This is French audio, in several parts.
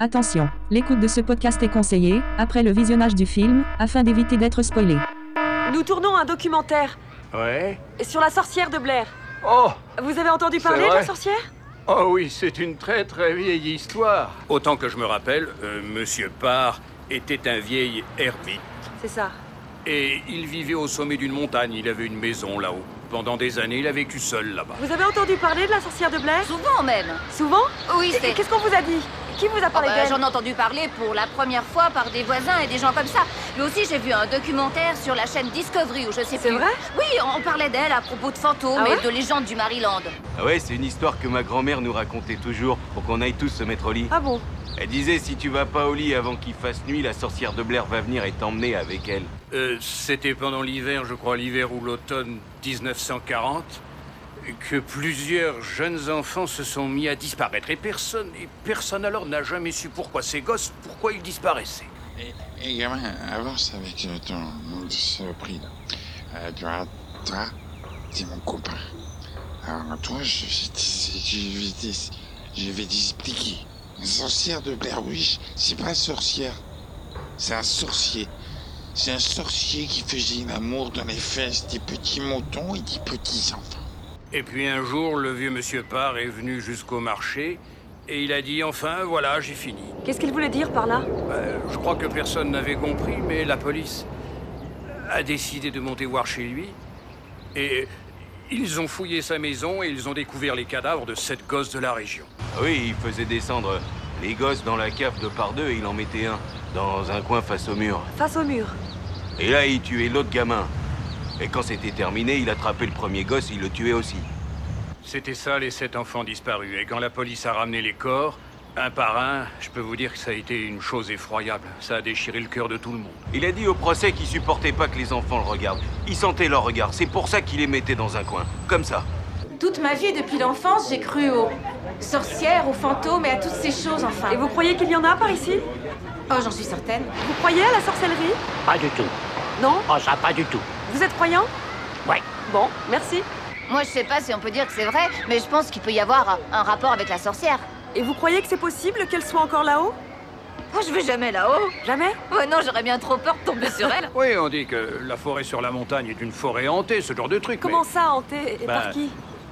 Attention, l'écoute de ce podcast est conseillée, après le visionnage du film, afin d'éviter d'être spoilé. Nous tournons un documentaire Ouais. sur la sorcière de Blair. Oh, Vous avez entendu C'est parler de vrai la sorcière oh oui, c'est une très très vieille histoire. Autant que je me rappelle, euh, Monsieur Parr était un vieil ermite. C'est ça. Et il vivait au sommet d'une montagne. Il avait une maison là-haut. Pendant des années, il a vécu seul là-bas. Vous avez entendu parler de la sorcière de Blair Souvent même. Souvent Oui, Et- c'est. et Qu'est-ce qu'on vous a dit Qui vous a Oh, parlé bah, d'elle J'en ai entendu parler pour la première fois par des voisins et des gens comme ça. Mais aussi, j'ai vu un documentaire sur la chaîne Discovery ou je sais plus. C'est vrai Oui, on parlait d'elle à propos de fantômes Ah ouais et de légendes du Maryland. Ah ouais, c'est une histoire que ma grand-mère nous racontait toujours pour qu'on aille tous se mettre au lit. Ah bon Elle disait si tu vas pas au lit avant qu'il fasse nuit, la sorcière de Blair va venir et t'emmener avec elle. Euh, C'était pendant l'hiver, je crois, l'hiver ou l'automne 1940, que plusieurs jeunes enfants se sont mis à disparaître. Et personne, et personne alors n'a jamais su pourquoi ces gosses, pourquoi ils disparaissaient. Et, et gamin, avance avec euh, ton monde surpris. là. Euh, tu vois, toi, t'es mon copain. Alors, toi, je, je t- je vais t'es- je vais t'expliquer. Une sorcière de Blair Witch, c'est pas une sorcière. C'est un sorcier. C'est un sorcier qui faisait l'amour dans les fesses des petits moutons et des petits enfants. Et puis un jour, le vieux Monsieur Parr est venu jusqu'au marché et il a dit enfin, voilà, j'ai fini. Qu'est-ce qu'il voulait dire par là Euh, je crois que personne n'avait compris, mais la police a décidé de monter voir chez lui. Et ils ont fouillé sa maison et ils ont découvert les cadavres de sept gosses de la région. Ah oui, il faisait descendre les gosses dans la cave de par deux et il en mettait un dans un coin face au mur. Face au mur. Et là, il tuait l'autre gamin. Et quand c'était terminé, il attrapait le premier gosse, il le tuait aussi. C'était ça, les sept enfants disparus. Et quand la police a ramené les corps, un par un, je peux vous dire que ça a été une chose effroyable. Ça a déchiré le cœur de tout le monde. Il a dit au procès qu'il supportait pas que les enfants le regardent. Il sentait leur regard, c'est pour ça qu'il les mettait dans un coin, comme ça. Toute ma vie, depuis l'enfance, j'ai cru aux sorcières, aux fantômes et à toutes ces choses, enfin. Et vous croyez qu'il y en a par ici Oh, j'en suis certaine. Vous croyez à la sorcellerie Pas du tout. Non Oh, ça, pas du tout. Vous êtes croyant Ouais. Bon, merci. Moi, je sais pas si on peut dire que c'est vrai, mais je pense qu'il peut y avoir un rapport avec la sorcière. Et vous croyez que c'est possible qu'elle soit encore là-haut Oh, je vais jamais là-haut. Jamais Oh non, j'aurais bien trop peur de tomber sur elle. Oui, on dit que la forêt sur la montagne est une forêt hantée, ce genre de truc. mais Comment ça, hanté Et Bah, par qui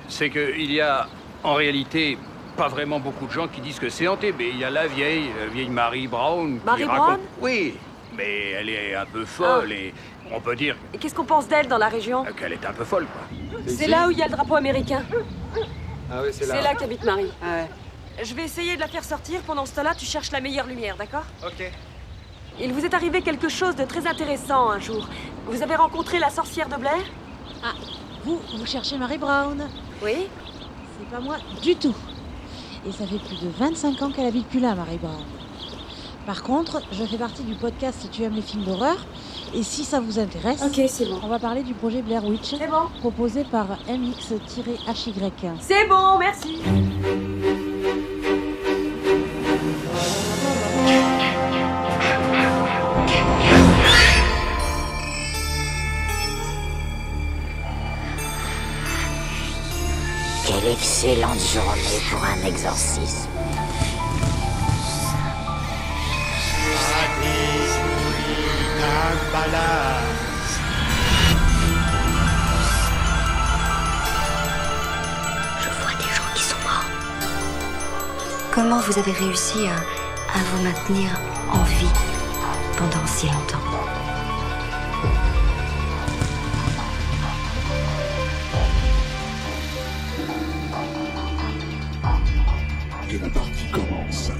C'est qu'il y a, en réalité, pas vraiment beaucoup de gens qui disent que c'est hanté, mais il y a la vieille, la vieille Marie Brown. qui Mary raconte- Brown Oui, mais elle est un peu folle Ah. et on peut dire Et qu'est-ce qu'on pense d'elle dans la région qu'elle est un peu folle, quoi. C'est là où il y a le drapeau américain. Ah c'est là. qu'habite Marie. Je vais essayer de la faire sortir. Pendant ce temps-là, tu cherches la meilleure lumière, d'accord Ok. Il vous est arrivé quelque chose de très intéressant un jour. Vous avez rencontré la sorcière de Blair Ah, Vous, vous cherchez Mary Brown Oui. C'est pas moi du tout. Et ça fait plus de 25 ans qu'elle habite plus là, Mary Brown. Par contre, je fais partie du podcast Si tu aimes les films d'horreur. Et si ça vous intéresse, c'est bon. on va parler du projet Blair Witch C'est bon. proposé par MX-HY. C'est bon, merci. Quelle excellente journée pour un exorcisme. Je vois des gens qui sont morts. Comment vous avez réussi à, vous maintenir en vie pendant si longtemps Et la partie commence.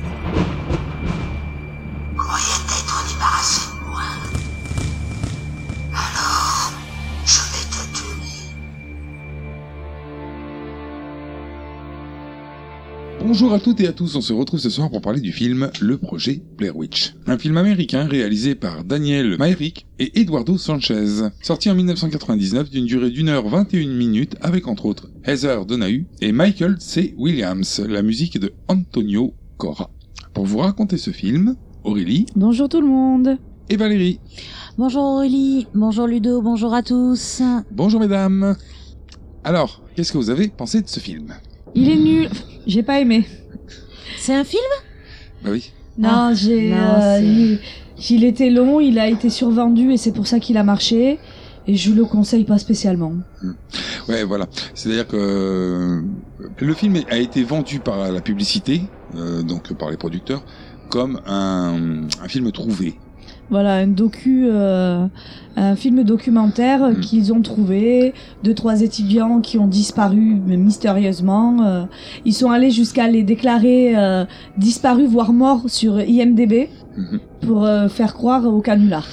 Bonjour à toutes et à tous, on se retrouve ce soir pour parler du film Le Projet Blair Witch. Un film américain réalisé par Daniel Myrick et Eduardo Sanchez. Sorti en 1999 d'une durée d'une heure 21 minutes avec entre autres Heather Donahue et Michael C. Williams, la musique de Antonio Cora. Pour vous raconter ce film, Aurélie Bonjour tout le monde et Valérie. Bonjour Aurélie, bonjour Ludo, bonjour à tous Bonjour mesdames. Alors, qu'est-ce que vous avez pensé de ce film Il est nul. J'ai pas aimé. C'est un film Bah oui. Non, Ah, j'ai. non, euh, c'est- il, il était long, il a été survendu et c'est pour ça qu'il a marché. Et je le conseille pas spécialement. Ouais, voilà. C'est-à-dire que euh, le film a été vendu par la publicité, euh, donc par les producteurs, comme un, un film trouvé. Voilà, un docu, euh, un film documentaire qu'ils ont trouvé, deux trois étudiants qui ont disparu mais mystérieusement. euh, ils sont allés jusqu'à les déclarer euh, disparus voire morts sur IMDb pour euh, faire croire au canular.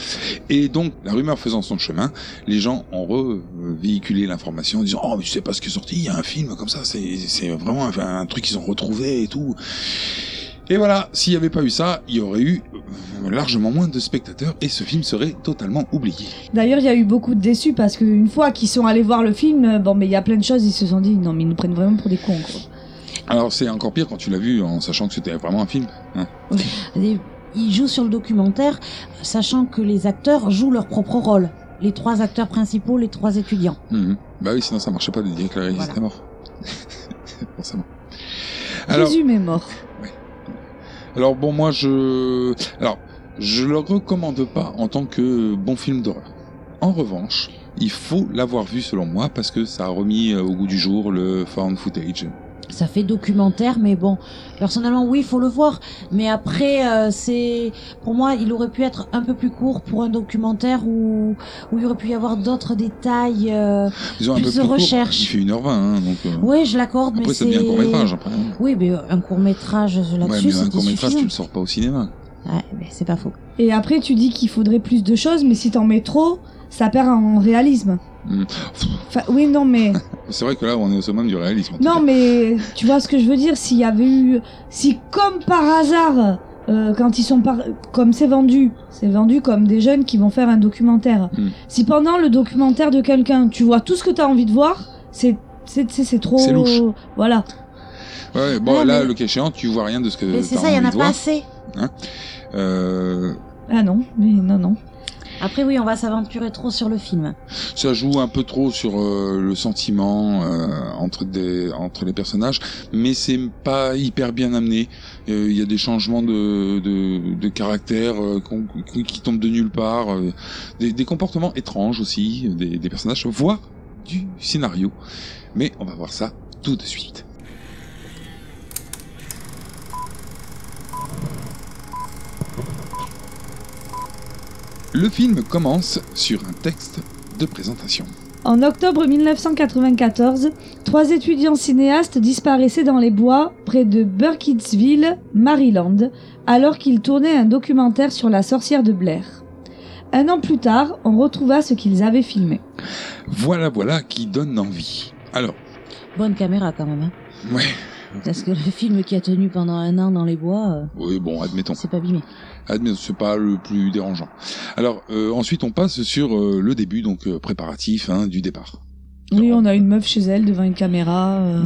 Et donc, la rumeur faisant son chemin, les gens ont revéhiculé l'information en disant « Oh, mais tu sais pas ce qui est sorti, il y a un film comme ça, c'est c'est vraiment un, un truc qu'ils ont retrouvé et tout. » Et voilà, s'il n'y avait pas eu ça, il y aurait eu euh, largement moins de spectateurs et ce film serait totalement oublié. D'ailleurs, il y a eu beaucoup de déçus parce qu'une fois qu'ils sont allés voir le film, euh, bon, mais il y a plein de choses, ils se sont dit non, mais ils nous prennent vraiment pour des cons. Quoi. Alors c'est encore pire quand tu l'as vu en sachant que c'était vraiment un film. hein. Et Ils jouent sur le documentaire, sachant que les acteurs jouent leur propre rôle. Les trois acteurs principaux, les trois étudiants. Mhm. Bah oui, sinon ça marchait pas de dire que la réalisation était mort. Forcément. Jésus est mort. Alors bon, moi je, alors je le recommande pas en tant que bon film d'horreur. En revanche, il faut l'avoir vu selon moi parce que ça a remis euh, au goût du jour le found footage. Ça fait documentaire, mais bon, personnellement, oui, il faut le voir. Mais après, euh, c'est, pour moi, il aurait pu être un peu plus court pour un documentaire où, où il aurait pu y avoir d'autres détails, euh, Disons, plus de court, recherche. Il fait 1h20, hein, donc. euh, Oui, je l'accorde, mais Après, ça c'est. devient un court métrage. Après. hein. Oui, mais euh, un court métrage Ouais, là-dessus, mais un c'était court métrage, tu suffisant. le sors pas au cinéma. Ouais, mais c'est pas faux. Et après, tu dis qu'il faudrait plus de choses, mais si t'en mets trop, ça perd en réalisme. Mhm. Enfin, oui, non, mais. C'est vrai que là, on est au summum du réalisme. Non, mais tu vois ce que je veux dire. S'il y avait eu, si comme par hasard, euh, quand ils sont par, comme c'est vendu, c'est vendu comme des jeunes qui vont faire un documentaire. Hmm. Si pendant le documentaire de quelqu'un, tu vois tout ce que t'as envie de voir, c'est c'est c'est- c'est trop. C'est louche. Voilà. Ouais, bon, Ouais, là, Oh, mais- le cas échéant, tu vois rien de ce que. Mais c'est t'as ça, il y en envie a de pas voir, assez. hein. Euh, Ah non, mais non, non. Après, oui, on va s'aventurer trop sur le film. ça joue un peu trop sur euh, le sentiment euh, entre des entre les personnages, mais c'est pas hyper bien amené. Euh, Il y a des changements de de, de caractère euh, qu'on- qui, qui tombent de nulle part, euh, des, des comportements étranges aussi euh, des, des personnages, voire du scénario. Mais on va voir ça tout de suite. Le film commence sur un texte de présentation. En octobre 1994, trois étudiants cinéastes disparaissaient dans les bois près de Burkittsville, Maryland, alors qu'ils tournaient un documentaire sur la sorcière de Blair. Un an plus tard, on retrouva ce qu'ils avaient filmé. Voilà, voilà qui donne envie. Alors, Bonne caméra quand même. hein. ouais, Parce que le film qui a tenu pendant un an dans les bois, euh, oui, bon, admettons. c'est pas abîmé. Admettons, c'est pas le plus dérangeant. Alors, euh, ensuite, on passe sur euh, le début, donc euh, préparatif hein, du départ. Oui, on a une meuf chez elle devant une caméra. euh,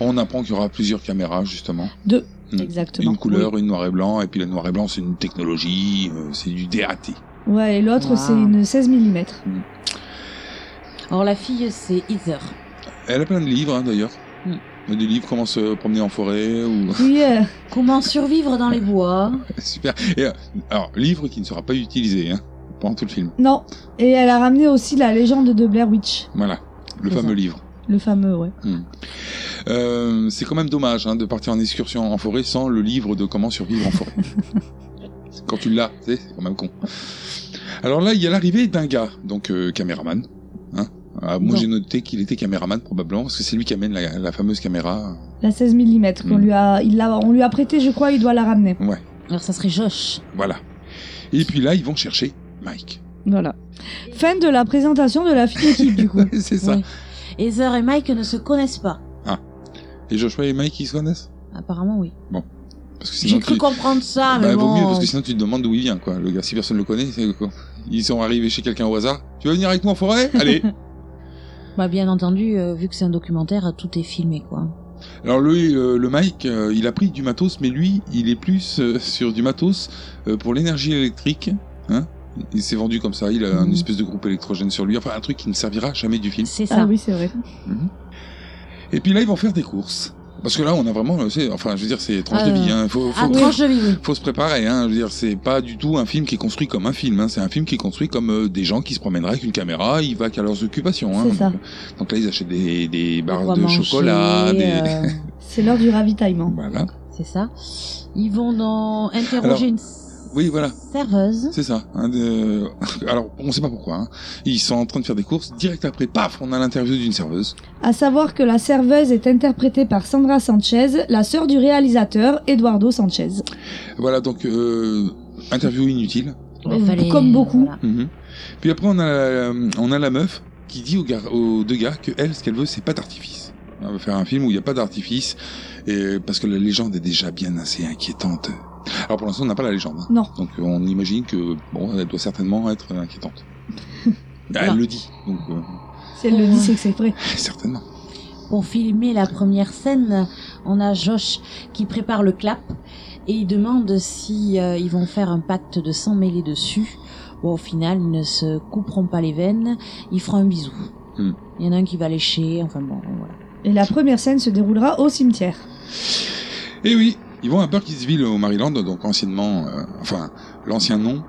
On apprend qu'il y aura plusieurs caméras, justement. Deux. Mm. Exactement. Une couleur, une noir et blanc, et puis la noir et blanc, c'est une technologie, euh, c'est du DAT. Ouais, et l'autre, Wow. c'est une 16 mm. Or, la fille, c'est Heather. Elle a plein de livres, hein, d'ailleurs. Mm. Des livres, comment se promener en forêt, ou... Oui, Comment survivre dans les bois Super. Et, euh, alors, livre qui ne sera pas utilisé, hein, pendant tout le film. Non, et elle a ramené aussi la légende de Blair Witch, Voilà, le C'est fameux ça. livre. le fameux, ouais. Hmm. Euh, c'est quand même dommage hein, de partir en excursion en forêt sans le livre de comment survivre en forêt. quand tu l'as, tu sais, c'est quand même con. Alors là, il y a l'arrivée d'un gars, donc euh, caméraman. Hein. Ah, moi, Non. j'ai noté qu'il était caméraman probablement parce que c'est lui qui amène la, la fameuse caméra. La 16 mm qu'on Mm. lui a, il l'a, on lui a prêté, je crois, il doit la ramener. Ouais, Alors, ça serait Josh. voilà. Et puis là, ils vont chercher Mike. Voilà. Fin de la présentation de la fille équipe, du coup. c'est ça. Heather et Mike ne se connaissent pas. Et Joshua et Mike, ils se connaissent Apparemment, oui. Parce que J'ai cru tu- comprendre ça, Bah, mais vaut bon. mieux parce que sinon tu te demandes d'où il vient quoi. Le gars, si personne le connaît, c'est quoi Ils sont arrivés chez quelqu'un au hasard. Tu veux venir avec moi en forêt Allez. Bah, bien entendu, euh, vu que c'est un documentaire, tout est filmé, quoi. Alors lui, euh, le Mike, euh, il a pris du matos, mais lui, il est plus euh, sur du matos euh, pour l'énergie électrique. Hein il s'est vendu comme ça. Il a Mhm. un espèce de groupe électrogène sur lui. Enfin, un truc qui ne servira jamais du film. C'est Ah oui, c'est vrai. Et puis là, ils vont faire des courses. Parce que là, on a vraiment, euh, c'est- enfin, je veux dire, c'est tranche Ah, de vie. euh, Hein. Faut, ah, faut- tranche de vie, oui. faut se préparer. Hein. Je veux dire, c'est pas du tout un film qui est construit comme un film. Hein. C'est un film qui est construit comme euh, des gens qui se promèneraient avec une caméra. Il va qu'à leurs occupations. Hein. C'est ça. Donc là, ils achètent des, des barres va de manger, chocolat. Des... euh, C'est l'heure du ravitaillement. Voilà. C'est ça. Ils vont dans interroger Alors- une Oui, voilà. serveuse. C'est ça. hein, de- Alors, on sait pas pourquoi. hein. Ils sont en train de faire des courses. Direct après, paf, on a l'interview d'une serveuse. À savoir que la serveuse est interprétée par Sandra Sanchez, la sœur du réalisateur Eduardo Sanchez. Voilà, donc euh, interview inutile. Comme beaucoup. Mhm. Puis après, on a, la, on a la meuf qui dit aux, gar- aux deux gars que elle, ce qu'elle veut, c'est pas d'artifice. On va faire un film où il n'y a pas d'artifice, et parce que la légende est déjà bien assez inquiétante. Alors pour l'instant, on n'a pas la légende. hein. Non. Donc euh, on imagine que bon, elle doit certainement être euh, inquiétante. elle Non. le dit, donc euh, Si elle le dit, c'est que c'est vrai. certainement. Pour filmer la première scène, on a Josh qui prépare le clap et il demande si euh, ils vont faire un pacte de sang mêlé dessus. Bon, au final, ils ne se couperont pas les veines, ils feront un bisou. Hmm. Il y en a un qui va lécher, enfin bon, voilà. Et la première scène se déroulera au cimetière. Et oui, ils vont à Burkittsville au Maryland, donc anciennement, euh, enfin l'ancien nom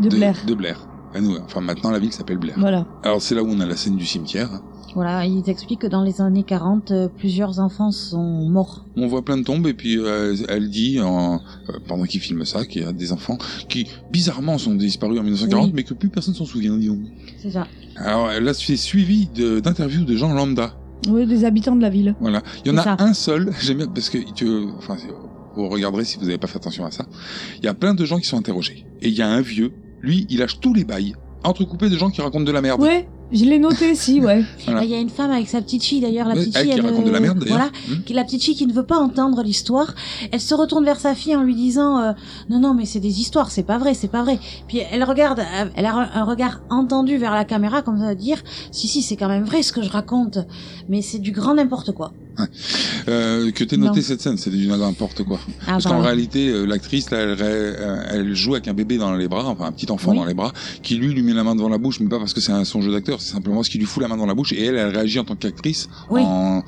De Blair. De Blair. À nous, enfin maintenant la ville s'appelle Blair. Voilà. Alors c'est là où on a la scène du cimetière. Voilà, ils expliquent que dans les années 40, euh, plusieurs enfants sont morts. On voit plein de tombes et puis euh, elle dit, en- euh, pendant qu'il filme ça, qu'il y a des enfants qui bizarrement sont disparus en 1940 Oui. mais que plus personne s'en souvient, dis donc. C'est ça. Alors là c'est suivi de- d'interviews de gens lambda. Oui, des habitants de la ville. Voilà. Il y en C'est a ça. un seul, j'aime bien, parce que tu, enfin, vous regarderez si vous n'avez pas fait attention à ça. Il y a plein de gens qui sont interrogés. Et il y a un vieux, lui, il lâche tous les bails, entrecoupé de gens qui racontent de la merde. Ouais, je l'ai noté, si, ouais. Voilà. Ah, Il y a une femme avec sa petite fille Ah, d'ailleurs, bah, la Ouais, petite elle fille euh, qui raconte de euh, la merde, d'ailleurs. voilà, qui- la petite fille qui ne veut pas entendre l'histoire. Elle se retourne vers sa fille en lui disant euh, non non mais c'est des histoires, c'est pas vrai, c'est pas vrai. Puis elle regarde, euh, elle a un regard entendu vers la caméra comme ça dire si si c'est quand même vrai ce que je raconte, mais c'est du grand n'importe quoi. Euh, que t'aies Non. noté cette scène, c'est du n'importe quoi. Ah, Parce qu'en pardon. réalité, euh, l'actrice, là, elle, euh, elle joue avec un bébé dans les bras, enfin un petit enfant Oui. dans les bras, qui lui lui met la main devant la bouche, mais pas parce que c'est un- son jeu d'acteur, c'est simplement parce qu'il lui fout la main dans la bouche et elle, elle réagit en tant qu'actrice Oui. en,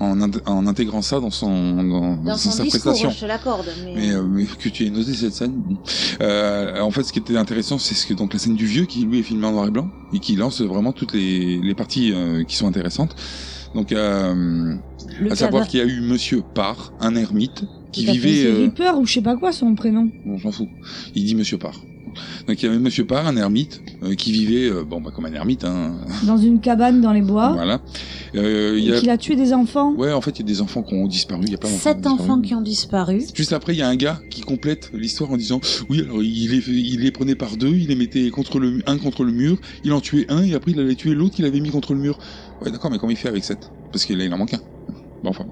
en, int- en intégrant ça dans son dans, Dans dans son sa discours, prestation. je te l'accorde, mais... Mais, euh, mais que tu aies noté cette scène. bon. Euh, en fait, ce qui était intéressant, c'est ce que donc la scène du vieux qui lui est filmée en noir et blanc et qui lance vraiment toutes les, les parties euh, qui sont intéressantes. Donc, euh, Le à savoir cadavre. qu'il y a eu Monsieur Parr, un ermite qui Tout à fait, vivait. C'est euh, Reaper ou je sais pas quoi son prénom. Bon, j'en fous. Il dit Monsieur Parr. Donc il y avait Monsieur Parr, un ermite euh, qui vivait, euh, bon, bah, comme un ermite, hein. Dans une cabane dans les bois. voilà. Euh, il y Oh. Et a- qu'il a tué des enfants. Ouais, en fait, il y a des enfants qui ont disparu. Il y a plein d'enfants qui ont Hein Sept disparu. enfants qui ont disparu. Juste après, il y a un gars qui complète l'histoire en disant oui, alors il les, il les prenait par deux, il les mettait contre le mu- un contre le mur, il en tuait un et après il allait tuer l'autre qu'il avait mis contre le mur. Ouais, d'accord, mais comment il fait avec sept Parce qu'il il en manque un. Bon, enfin. bon.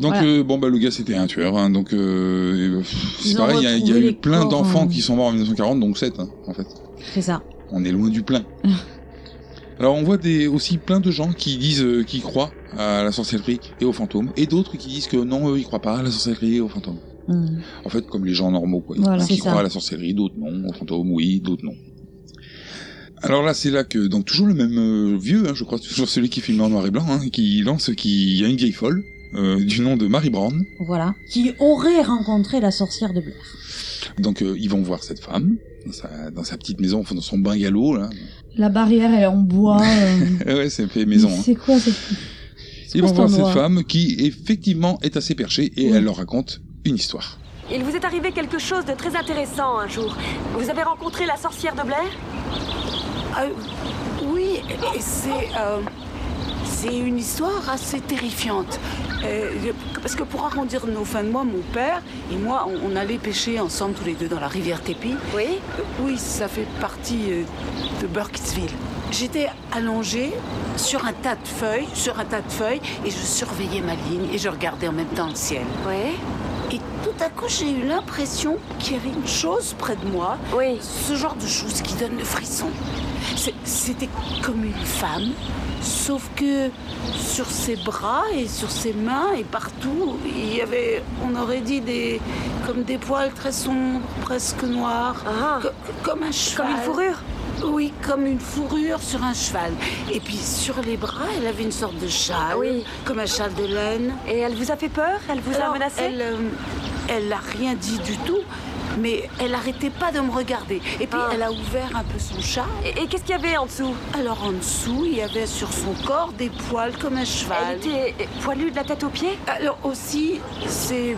Donc Voilà. euh, bon bah le gars c'était un tueur, hein, donc euh, et, pff, c'est ont pareil, il y a- il y a, retrouvé eu les plein corps, d'enfants hein. qui sont morts en 1940, donc sept hein, en fait. C'est ça. On est loin du plein. Alors on voit des, aussi plein de gens qui disent euh, qu'ils croient à la sorcellerie et aux fantômes, et d'autres qui disent que non, eux ils croient pas à la sorcellerie et aux fantômes. Hmm. En fait, comme les gens normaux, quoi. Voilà, qui c'est ça. croient à la sorcellerie, d'autres non, aux fantômes, oui, d'autres non. Alors là, c'est là que, donc toujours le même euh, vieux, hein, je crois, toujours celui qui filme en noir et blanc, hein, qui lance qu'il y a une vieille folle, euh, du nom de Mary Brown. Voilà, qui aurait rencontré la sorcière de Blair. Donc euh, ils vont voir cette femme, dans sa, dans sa petite maison, enfin dans son bungalow, là. La barrière, elle est en bois. euh, ouais, c'est fait maison. hein. C'est quoi cette... Ils quoi vont cet voir cette endroit femme qui, effectivement, est assez perchée et elle leur raconte une histoire. Il vous est arrivé quelque chose de très intéressant un jour. Vous avez rencontré la sorcière de Blair Oui, et c'est. euh, c'est une histoire assez terrifiante. Euh, je- parce que pour arrondir nos fins de mois, mon père et moi, on, on allait pêcher ensemble tous les deux dans la rivière Tépi. Oui Oui, ça fait partie euh, de Burkittsville. J'étais allongée sur un tas de feuilles, sur un tas de feuilles, et je surveillais ma ligne et je regardais en même temps le ciel. Oui et tout à coup, j'ai eu l'impression qu'il y avait une chose près de moi. Oui. Ce genre de chose qui donne le frisson. C'est- C'était comme une femme, sauf que sur ses bras et sur ses mains et partout, il y avait, on aurait dit, des, comme des poils très sombres, presque noirs. co- co- comme un cheval. Comme une Ah. fourrure Oui, comme une fourrure sur un cheval. Et puis sur les bras, elle avait une sorte de châle, comme un châle de laine. Et elle vous a fait peur Elle Ah vous a menacé Elle, euh, elle n'a rien dit du tout, mais elle n'arrêtait pas de me regarder. Et puis Ah. elle a ouvert un peu son châle. Et, qu'est-ce qu'il y avait en dessous Alors en dessous, il y avait sur son corps des poils comme un Bah, cheval. Elle était poilue de la tête aux pieds Alors aussi, c'est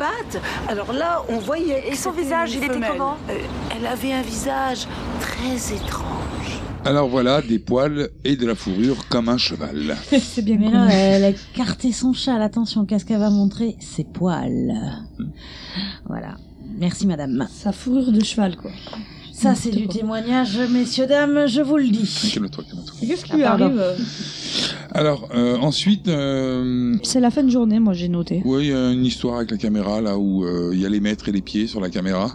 pattes. Alors là, on voyait. que Et son c'était visage, une il était femelle. comment Euh, Elle avait un visage très étrange. Alors voilà, des poils et de la fourrure comme un cheval. C'est bien Mais là, elle a écarté son châle. Attention, qu'est-ce qu'elle va montrer Ses poils. Voilà. Merci, madame. Sa fourrure de cheval, quoi. Ça, c'est du témoignage, messieurs, dames, je vous le dis. Calme-toi, calme-toi. Qu'est-ce qui Ah, lui pardon. arrive euh Alors euh, ensuite, euh, C'est la fin de journée, moi j'ai noté. ouais, il y a une histoire avec la caméra là où euh, il y a les mètres et les pieds sur la caméra.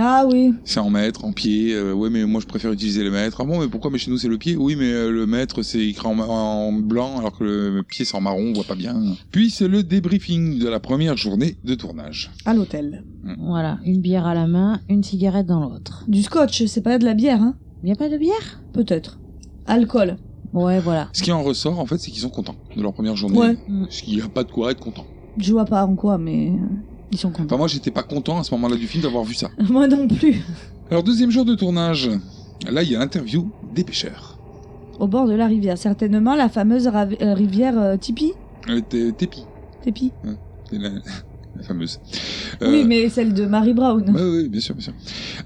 Ah oui. C'est en mètres, en pieds. euh, ouais, mais moi je préfère utiliser les mètres. Ah bon, mais pourquoi Mais chez nous c'est le pied. Oui, mais euh, le mètre c'est écrit en, en blanc alors que le pied c'est en marron, on voit pas bien. Puis c'est le débriefing de la première journée de tournage. À l'hôtel. Voilà, une bière à la main, une cigarette dans l'autre. Du scotch, c'est pas de la bière, hein Y a pas de bière Peut-être. Alcool. Ouais, voilà. Ce qui en ressort en fait, c'est qu'ils sont contents de leur première journée. Ouais. Parce qu'il n'y a pas de quoi être content. Je vois pas en quoi, mais euh, ils sont contents. Enfin, moi j'étais pas content à ce moment-là du film d'avoir vu ça. Moi non plus. Alors deuxième jour de tournage, là il y a l'interview des pêcheurs. Au bord de la rivière, certainement la fameuse ravi- euh, rivière euh, Tipi. Euh, Té- Tépi, Tepi. Hein, c'est la, la fameuse. Oui, Euh, mais celle de Mary Brown. Oui, oui, bien sûr, bien sûr.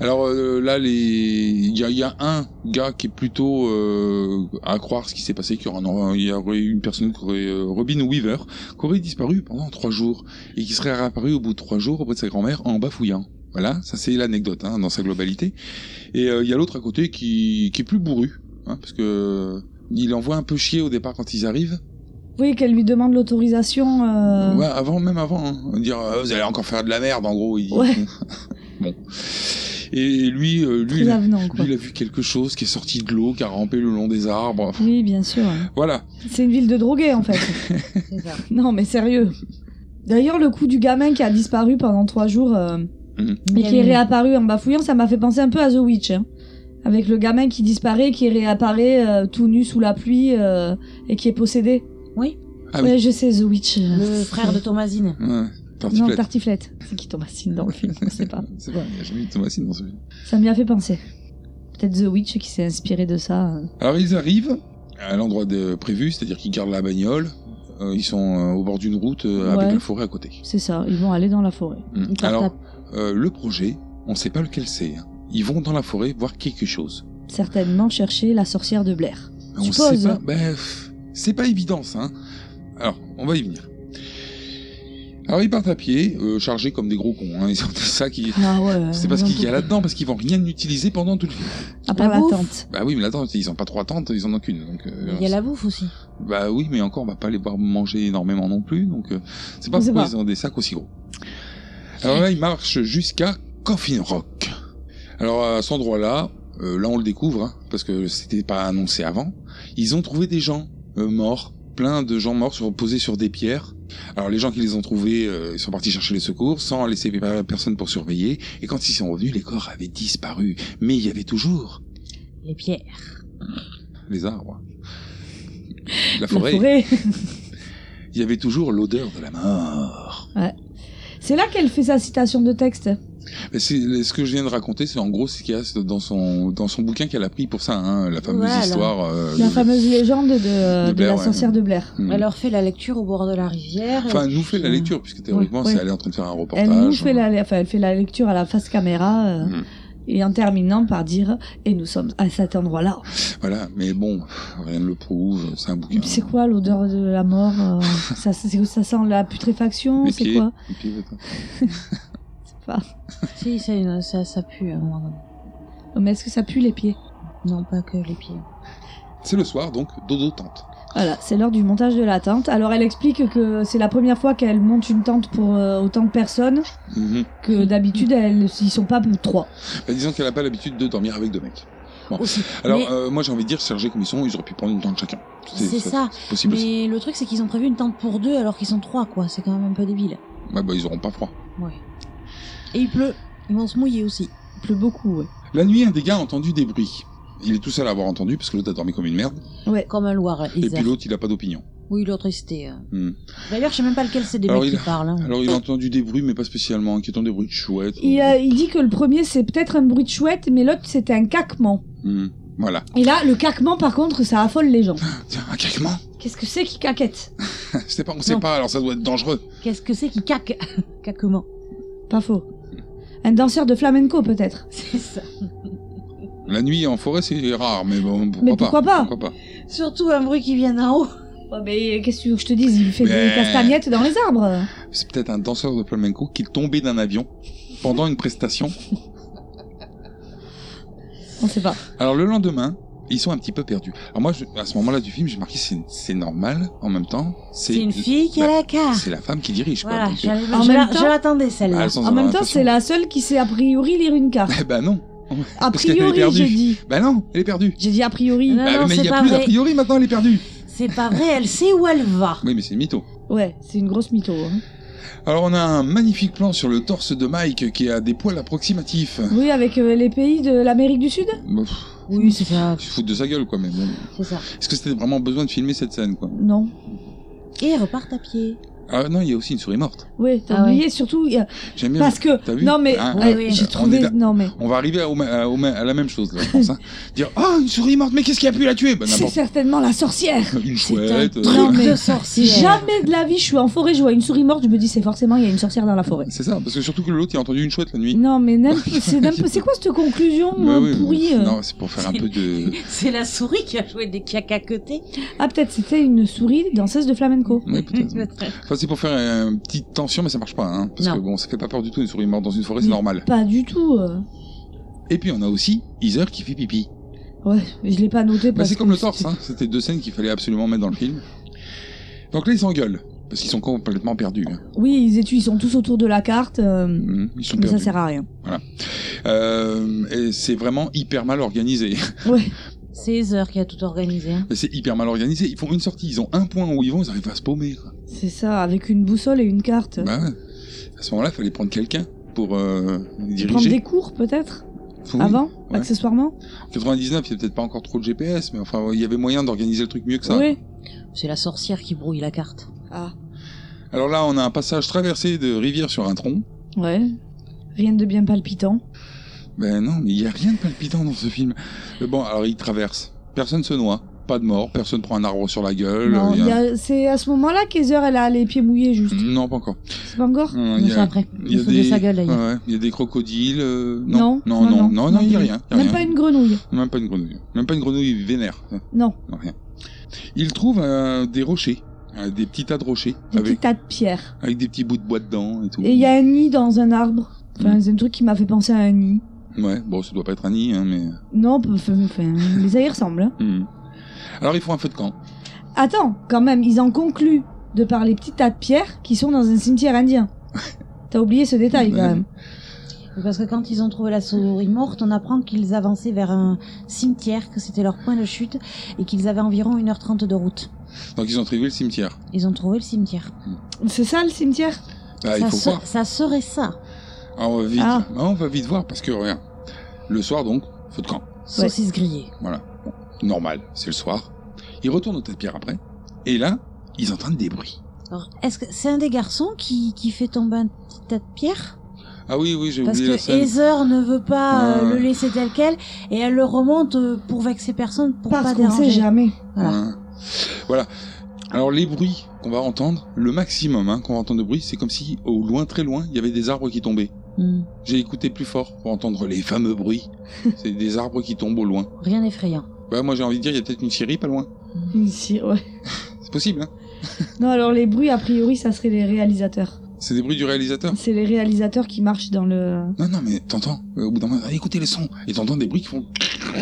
Alors euh, là, les... il y, a- il y a un gars qui est plutôt euh, à croire ce qui s'est passé, qu'il y, aura un- il y aurait une personne, qui aurait, euh, Robin Weaver, qui aurait disparu pendant trois jours et qui serait réapparu au bout de trois jours auprès de sa grand-mère en bafouillant. Voilà, ça c'est l'anecdote hein, dans sa globalité. Et euh, il y a l'autre à côté qui, qui est plus bourru, hein, parce que euh, il envoie un peu chier au départ quand ils arrivent. Oui, qu'elle lui demande l'autorisation. euh, Ouais, avant, même avant, hein. dire euh, vous allez encore faire de la merde, en gros. Il... Ouais. bon. Et lui, euh, lui, Très il a, avenant, quoi. lui, il a vu quelque chose qui est sorti de l'eau, qui a rampé le long des arbres. Enfin, Oui, bien sûr. hein. Voilà. C'est une ville de drogués en fait. non, mais sérieux. D'ailleurs, le coup du gamin qui a disparu pendant trois jours euh, et qui est réapparu en bafouillant, ça m'a fait penser un peu à The Witch. hein. Avec le gamin qui disparaît, qui réapparaît euh, tout nu sous la pluie euh, et qui est possédé. Oui. Ah oui. Ouais, je sais, The Witch. Le frère de Thomasine. Ouais. Non, Tartiflette. Tartiflette. C'est qui Thomasine dans le film Je sais pas. C'est vrai, il n'y a jamais eu de Thomasine dans ce film. Ça m'y a fait penser. Peut-être The Witch qui s'est inspiré de ça. euh. Alors ils arrivent à l'endroit de- prévu, c'est-à-dire qu'ils gardent la bagnole. Euh, ils sont euh, au bord d'une route euh, Ouais. avec la forêt à côté. C'est ça, ils vont aller dans la forêt. Mm. Ils partent à- Alors, euh, le projet, on ne sait pas lequel c'est. hein. Ils vont dans la forêt voir quelque chose. certainement chercher la sorcière de Blair. On Suppose. sait pas. ben, pff, c'est pas évident ça. hein. Alors, on va y venir. Alors ils partent à pied, euh, chargés comme des gros cons. Hein. Ils ont des sacs. Ils... Ah ouais. C'est parce qu'il y a là-dedans, parce qu'ils vont rien utiliser pendant tout le film. À part La la bouffe. tente. Bah oui, mais là-dedans, ils ont pas trois tentes, ils en ont qu'une. Donc, euh, Il y a la bouffe aussi. Bah oui, mais encore, on va pas les voir manger énormément non plus. Donc, euh, c'est pas On sait pourquoi pas. ils ont des sacs aussi gros. Alors là, ils marchent jusqu'à Coffin Rock. Alors à cet endroit-là, euh, là on le découvre hein, parce que c'était pas annoncé avant. Ils ont trouvé des gens euh, morts, plein de gens morts sur, posés sur des pierres. Alors les gens qui les ont trouvés, euh, ils sont partis chercher les secours sans laisser pe- personne pour surveiller. Et quand ils sont revenus, les corps avaient disparu, mais il y avait toujours Les pierres. les arbres, la La forêt. forêt. il y avait toujours l'odeur de la mort. Ouais. C'est là qu'elle fait sa citation de texte. Mais c'est- ce que je viens de raconter, c'est en gros ce qu'il y a dans son dans son bouquin qu'elle a pris pour ça, hein, la fameuse Voilà. histoire. euh, la de- fameuse légende de, euh, de de Blair, la ouais. sorcière de Blair. Mm. Elle leur fait la lecture au bord de la rivière. et Enfin, puis, nous fait la euh, lecture, puisque théoriquement, ouais. c'est elle est en train de faire un reportage. Elle nous fait la, enfin, elle fait la lecture à la face caméra. euh, Et en terminant par dire Et nous sommes à cet endroit-là. Voilà, mais bon, rien ne le prouve, c'est un Et bouquin. puis c'est quoi l'odeur de la mort euh, ça, c'est- ça sent la putréfaction Les C'est pieds, quoi les pieds, attends. Enfin, Si, c'est une- ça, ça pue. à un moment donné. Oh, Mais est-ce que ça pue les pieds Non, pas que les pieds. C'est le soir, donc, Dodo tente. Voilà, c'est l'heure du montage de la tente. Alors elle explique que c'est la première fois qu'elle monte une tente pour euh, autant de personnes, Mhm. que d'habitude elles- ils sont pas trois. Bah, disons qu'elle n'a pas l'habitude de dormir avec deux mecs. Bon. Alors, mais- euh, moi, j'ai envie de dire, chargés comme ils sont, ils auraient pu prendre une tente chacun. C'est ça. c'est Possible aussi. Mais le truc, c'est qu'ils ont prévu une tente pour deux alors qu'ils sont trois, quoi. C'est quand même un peu débile. Ouais, bah, ils auront pas froid. Ouais. Et il pleut. Ils vont se mouiller aussi. Il pleut beaucoup, ouais. La nuit, un des gars a entendu des bruits. il est tout seul à avoir entendu parce que l'autre a dormi comme une merde. Ouais. Comme un Loire. Et puis l'autre, il a pas d'opinion. Oui, l'autre, c'était. euh, Hmm. D'ailleurs, je sais même pas lequel c'est des mecs il... qui parlent. hein. alors il a entendu des bruits, mais pas spécialement inquiétants, des bruits de chouettes. Il, euh, il dit que le premier c'est peut-être un bruit de chouette, mais l'autre c'était un caquement. Hmm. Voilà. Et là, le caquement par contre, ça affole les gens. Un caquement Qu'est-ce que c'est qui caquette C'était pas, on sait Non. pas, alors ça doit être dangereux. Qu'est-ce que c'est qui caque Caquement. Pas faux. Un danseur de flamenco peut-être. C'est ça. La nuit en forêt, c'est rare, mais bon, pourquoi Mais pourquoi pas Pourquoi pas Surtout un bruit qui vient d'en haut. Ouais, mais qu'est-ce que tu veux que je te dise Il fait Mais- des castagnettes dans les arbres. C'est peut-être un danseur de flamenco qui est tombé d'un avion pendant une prestation. On sait pas. Alors le lendemain, ils sont un petit peu perdus. Alors moi, je- à ce moment-là du film, j'ai marqué c'est, c'est normal en même temps. C'est une fille qui a la carte. C'est la femme qui dirige. quoi. Voilà, Donc, euh, j'allais- En je même la- temps- je l'attendais Ah, celle-là. elles sont- En même temps, attention. c'est la seule qui sait a priori lire une carte. Eh ben non. A Parce qu'elle est priori, perdue. j'ai dit. Bah non, elle est perdue. J'ai dit a priori. Bah, mais il n'y a plus d'a priori maintenant, elle est perdue. C'est pas vrai, elle sait où elle va. Oui, mais c'est mytho. Ouais, c'est une grosse mytho. hein. Alors on a un magnifique plan sur le torse de Mike qui a des poils approximatifs. Oui, avec euh, les pays de l'Amérique du Sud Bon, pff, Oui, c'est ça. je fous de sa gueule quoi, mais bon. C'est ça. Est-ce que c'était vraiment besoin de filmer cette scène quoi Non. Et repart à pied. Ah non, il y a aussi une souris morte. Oui, t'as Ah ouais. oublié surtout. euh, J'aime bien. Parce que. T'as vu non, mais. Hein, euh, euh, J'ai on est trouvé. là- Non, mais. On va arriver à, au- à- au- à la même chose, là, je pense. hein. Dire Ah, une souris morte, mais qu'est-ce qui a pu la tuer Bah, C'est n'importe certainement la sorcière. Une chouette. euh, Non, mais. sorcière. Jamais de la vie, je suis en forêt, je vois une souris morte, je me dis, c'est forcément, il y a une sorcière dans la forêt. C'est ça, parce que surtout que l'autre, il a entendu une chouette la nuit. Non, mais n'importe- c'est n'importe- c'est quoi cette conclusion Bah euh, oui, pourrie euh Non, c'est pour faire un peu de. C'est la souris qui a joué des caca côté. Ah, peut-être c'était une souris danseuse de flamenco. Oui, peut-être. Enfin, c'est pour faire euh, une petite tension, mais ça marche pas. Hein, parce Non. que bon, ça fait pas peur du tout, une souris morte dans une forêt, c'est normal. Pas du tout. euh. Et puis, on a aussi Heather qui fait pipi. Ouais, mais je l'ai pas noté Bah, parce c'est que comme le torse, hein. c'était deux scènes qu'il fallait absolument mettre dans le film. Donc là, ils s'engueulent, parce qu'ils sont complètement perdus. hein. Mhm, Oui, ils, étaient, ils sont tous autour de la carte. euh, Ils sont mais ça perdus. sert à rien. Voilà. Euh, et c'est vraiment hyper mal organisé. Ouais. C'est Heather qui a tout organisé. hein. Mais C'est hyper mal organisé. Ils font une sortie, ils ont un point où ils vont, ils arrivent à se paumer. quoi. C'est ça, avec une boussole et une carte. Bah ouais. À ce moment-là, il fallait prendre quelqu'un pour euh, Prendre des diriger. cours peut-être Oui, Avant, ouais. accessoirement 99, il y a peut-être pas encore trop de GPS, mais enfin, il y avait moyen d'organiser le truc mieux que ça. Oui. C'est la sorcière qui brouille la carte. Ah, Alors là, on a un passage traversé de rivière sur un tronc. ouais. Rien de bien palpitant. Ben non, mais il y a rien de palpitant dans ce film. Mais bon, alors ils traversent. Personne se noie, pas de mort, personne prend un arbre sur la gueule. Non, il y a- il y a- C'est à ce moment-là qu'Heather, elle a les pieds mouillés juste. Non, pas encore. C'est pas encore Non, il y a- Il y a des, ouais, il y a des crocodiles. euh, Non, non, non, non, non, il n'y a rien. il y a Même rien. pas une grenouille. Même pas une grenouille. Même pas une grenouille vénère. Non, Non, rien. Il trouve euh, des rochers, euh, des petits tas de rochers, des petits avec, tas de pierres. avec des petits bouts de bois dedans et tout. Et il y a un nid dans un arbre. Enfin, Mm. c'est un truc qui m'a fait penser à un nid. Ouais, bon, ça doit pas être un nid, hein, mais. Non, p- enfin, enfin, les airs ressemblent. hein. Hmm. Alors, ils font un feu de camp. Attends, quand même, ils en concluent de par les petits tas de pierres qui sont dans un cimetière indien. T'as oublié ce détail quand Ouais. même. Parce que quand ils ont trouvé la souris morte, on apprend qu'ils avançaient vers un cimetière, que c'était leur point de chute, et qu'ils avaient environ 1h30 de route. Donc, ils ont trouvé le cimetière. Ils ont trouvé le cimetière. Hmm. C'est ça le cimetière Bah, il ça, faut se- voir. ça serait ça. Ah, on va vite. Ah. Ah, on va vite voir parce que rien. Le soir, donc, feu de camp. Saucisse grillée. Voilà. Bon, normal, c'est le soir. Ils retournent au tas de pierres après. Et là, ils entendent des bruits. Alors, est-ce que c'est un des garçons qui, qui fait tomber un petit tas de pierres Ah oui, oui, j'ai Parce oublié que la scène. Heather ne veut pas euh, Ouais. le laisser tel quel, et elle le remonte euh, pour vexer personne, pour Parce pas qu'on déranger. sait jamais. Voilà. Ouais. Voilà. Alors les bruits qu'on va entendre, le maximum hein, qu'on va entendre de bruit, c'est comme si au loin, très loin, il y avait des arbres qui tombaient. Hmm. J'ai écouté plus fort pour entendre les fameux bruits. c'est des arbres qui tombent au loin. Rien d'effrayant. Bah moi j'ai envie de dire, il y a peut-être une scierie pas loin. Ici, ouais. C'est possible. Hein Non, alors les bruits, a priori, ça serait les réalisateurs. c'est des bruits du réalisateur. C'est les réalisateurs qui marchent dans le. Non non mais t'entends. euh, Au bout d'un moment, allez, écoutez les sons. Et t'entends des bruits qui font.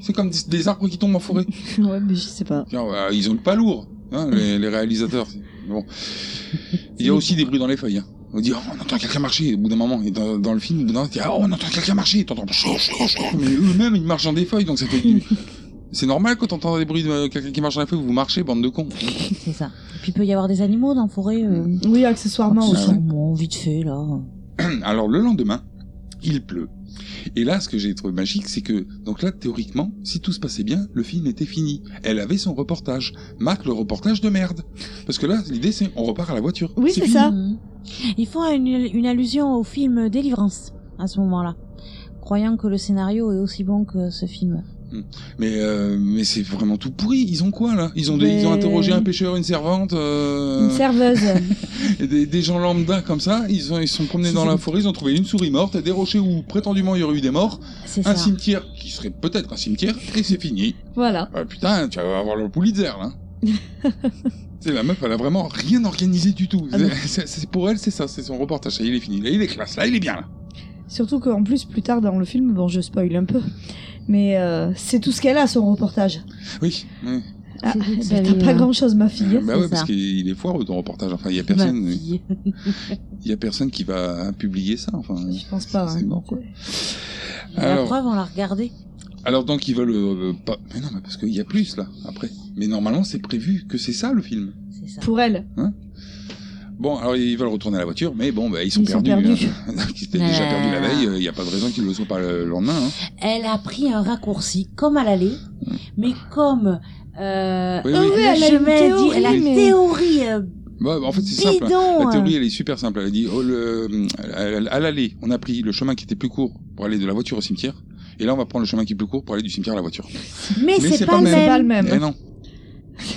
C'est comme des, des arbres qui tombent en forêt. ouais, mais je sais pas. Tiens, bah, ils ont le pas lourd, hein, les, les réalisateurs. Bon. Il y a aussi des bruits dans les feuilles. hein. On dit, oh, on entend quelqu'un marcher, au bout d'un moment. Et dans, dans le film, au bout d'un moment, il dit, oh, on entend quelqu'un marcher. T'entends, chou, chou, chou. mais eux-mêmes, ils marchent dans des feuilles, donc ça fait du- C'est normal quand t'entends des bruits de quelqu'un qui marche dans les feuilles, vous marchez, bande de cons. C'est ça. Et puis il peut y avoir des animaux dans la forêt. euh, Ah, Oui, accessoirement aussi. accessoirement, vite fait, là. Alors, le lendemain, il pleut. Et là, ce que j'ai trouvé magique, c'est que, donc là, théoriquement, si tout se passait bien, le film était fini. Elle avait son reportage. Marque le reportage de merde. Parce que là, l'idée, c'est on repart à la voiture. Oui, c'est fini. ça. Ils font une, une allusion au film Délivrance à ce moment-là, croyant que le scénario est aussi bon que ce film. Mais, euh, mais c'est vraiment tout pourri. Ils ont quoi, là ils ont, des- Mais- ils ont interrogé un pêcheur, une servante. euh, Une serveuse. et des, des gens lambda comme ça. Ils sont, ils sont promenés dans la forêt, ils ont trouvé une souris morte, des rochers où prétendument il y aurait eu des morts. C'est Un ça. cimetière qui serait peut-être un cimetière, et c'est fini. Voilà. Ah, putain, tu vas avoir le Pulitzer là. c'est la meuf, elle a vraiment rien organisé du tout. C'est- c'est- pour elle, c'est ça, c'est son reportage. Ça y est, il est fini. Là, il est classe. Là, il est bien là. Surtout qu'en plus, plus tard dans le film, bon, je spoil un peu, mais euh, c'est tout ce qu'elle a, son reportage. Oui. oui. Ah, bah t'as oui, pas hein. grand-chose, ma fille. bah c'est ouais, parce ça. qu'il est foireux ton reportage. Enfin, il y a Ma personne. fille. Il y a personne qui va hein, publier ça. Enfin. Je pense pas. C'est mort, quoi. La Alors- preuve, on l'a regardé. Alors donc ils veulent euh, pas. Mais non, mais parce qu'il y a plus là après. Mais normalement c'est prévu que c'est ça le film. Hein Pour elle. Bon, alors ils veulent retourner à la voiture, mais bon, bah, ils sont Ils sont perdus. perdus. hein. ils étaient déjà Euh. perdus la veille. Il n'y a pas de raison qu'ils le soient pas le lendemain. Hein. Elle a pris un raccourci, comme à l'aller, Mm. mais comme euh, Oui, oui. Ah ouais, le elle a une chemin dit, elle a théorie, une mais- théorie. euh, Bah, en fait, c'est Dis simple. hein. donc, la théorie, hein. elle est super simple. Elle dit, oh, le, euh, à l'aller, on a pris le chemin qui était plus court pour aller de la voiture au cimetière, et là, on va prendre le chemin qui est plus court pour aller du cimetière à la voiture. Mais, c'est pas, le C'est pas le même. Eh non.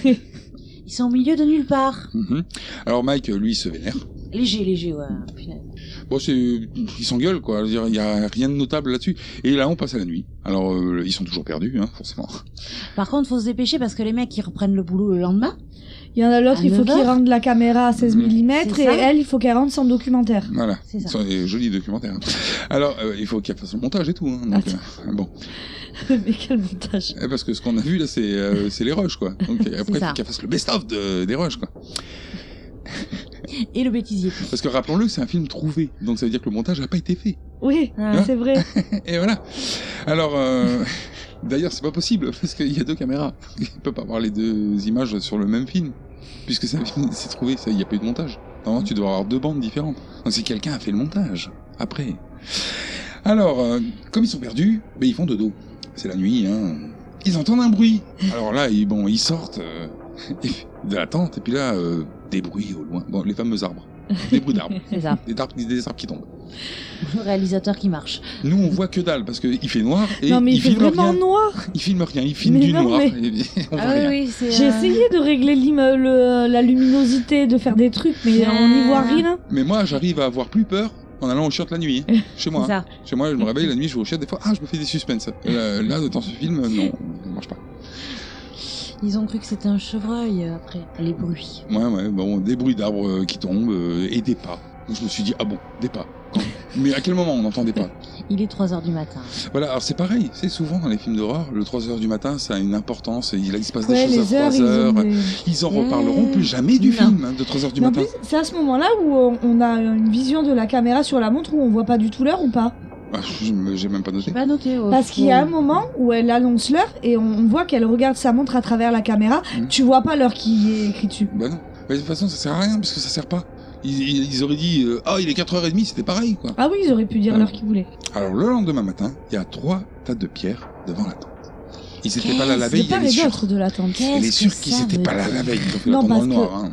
Ils sont au milieu de nulle part. Mhm. Alors Mike, lui, il se vénère. Léger, léger, ouais. punaise. Bon, c'est, ils s'engueulent, quoi. Je veux dire, Il y a rien de notable là-dessus. Et là, on passe à la nuit. Alors, euh, ils sont toujours perdus, hein, forcément. Par contre, faut se dépêcher parce que les mecs, ils reprennent le boulot le lendemain. Il y en a l'autre, À il faut 9 qu'il heures. rende la caméra à 16 mm et C'est ça. elle, il faut qu'elle rende son documentaire. Voilà. C'est ça. C'est un joli documentaire. Alors, euh, il faut qu'elle fasse le montage et tout. Hein, donc, euh, bon. Ah, Mais quel montage. Eh, Parce que ce qu'on a vu là, c'est euh, c'est les rushs, quoi. Donc euh, après, il ça. faut qu'elle fasse le best-of de- des rushs, quoi. Et le bêtisier. Parce que rappelons-le, c'est un film trouvé. Donc ça veut dire que le montage n'a pas été fait. Oui, Hein c'est vrai. Et voilà. Alors, euh, d'ailleurs, c'est pas possible parce qu'il y a deux caméras. Il peut pas avoir les deux images sur le même film, puisque c'est un film- c'est trouvé, ça, il y a pas eu de montage. Normalement, tu dois avoir deux bandes différentes. Donc, c'est quelqu'un a fait le montage après. Alors, euh, comme ils sont perdus, ben, ils font dodo. C'est la nuit, hein. Ils entendent un bruit. Alors là, ils, bon, ils sortent euh, de la tente et puis là, euh, des bruits au loin. Bon, les fameux arbres. Des bruits d'arbres. C'est ça. Des arbres, des arbres qui tombent. Le réalisateur qui marche. Nous, on voit que dalle parce qu'il fait noir et non, mais il, il fait filme vraiment rien. noir. Il filme rien, il filme Mais du non, noir. mais- et Ah on voit oui, rien. oui, c'est. J'ai euh, essayé de régler l'im- le- la luminosité, de faire des trucs, mais on n'y voit rien. Mais moi, j'arrive à avoir plus peur en allant au chiottes la nuit. hein. Chez moi. hein. Chez moi, je me réveille la nuit, je vais au chiottes. Des fois, ah, je me fais des suspens. Là, là, dans ce film, euh, non, ça marche pas. Ils ont cru que c'était un chevreuil euh, après. Les bruits. Ouais, ouais, bon, des bruits d'arbres euh, qui tombent euh, et des pas. Donc, je me suis dit, ah bon, des pas. Quand Mais à quel moment on entend des pas Il est 3 heures du matin. Voilà, alors c'est pareil, c'est souvent dans les films d'horreur, le 3h du matin, ça a une importance, et il, il se passe Ouais, des choses les à heures, 3h. ils Ils, ont des- en reparleront plus jamais du film, hein, de 3h du Mais en matin. plus, c'est à ce moment-là où on on a une vision de la caméra sur la montre où on voit pas du tout l'heure ou pas. Ah, je- J'ai même pas noté. Pas noté. Parce qu'il y a un moment où elle annonce l'heure et on- on voit qu'elle regarde sa montre à travers la caméra. Hmm. Tu vois pas l'heure qui est écrite dessus. Bah non. Mais de toute façon, ça sert à rien parce que ça sert pas. Ils, ils- ils auraient dit euh, Ah, il est 4h30, c'était pareil quoi. Ah oui, ils auraient pu dire l'heure qu'ils voulaient. Alors le lendemain matin, il y a trois tas de pierres devant la tente. Ils étaient pas là la Qu'est-ce veille, de il y a part les et sûrs. d'autre de la tente. Il y a les sûrs qu'ils étaient pas là la veille, ils ont fait la Non, tente dans le parce que- noir. hein.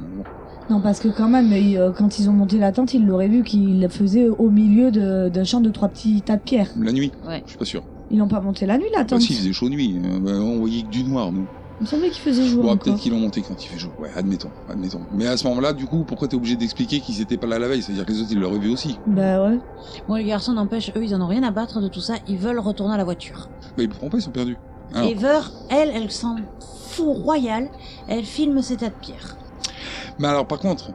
Non, parce que quand même, ils, euh, quand ils ont monté la tente, ils l'auraient vu qu'ils la faisaient au milieu de- d'un champ de trois petits tas de pierres. La nuit, Ouais. je suis pas sûr. Ils l'ont pas monté la nuit, la Bah tente. si, il faisait chaud nuit, euh, bah, on voyait que du noir nous. Il me semblait qu'il faisait jour Bon, encore. peut-être qu'ils l'ont monté quand il fait jour, ouais, admettons, admettons. Mais à ce moment-là, du coup, pourquoi t'es obligé d'expliquer qu'ils étaient pas là la veille C'est-à-dire que les autres, ils l'auraient vu aussi. Bah ouais. Bon, les garçons, n'empêche, eux, ils en ont rien à battre de tout ça. Ils veulent retourner à la voiture. Mais ils pourront pas, ils sont perdus. Alors, Ever, elle, elle s'en fout royal. Elle filme ses tas de pierres. Mais alors, par contre,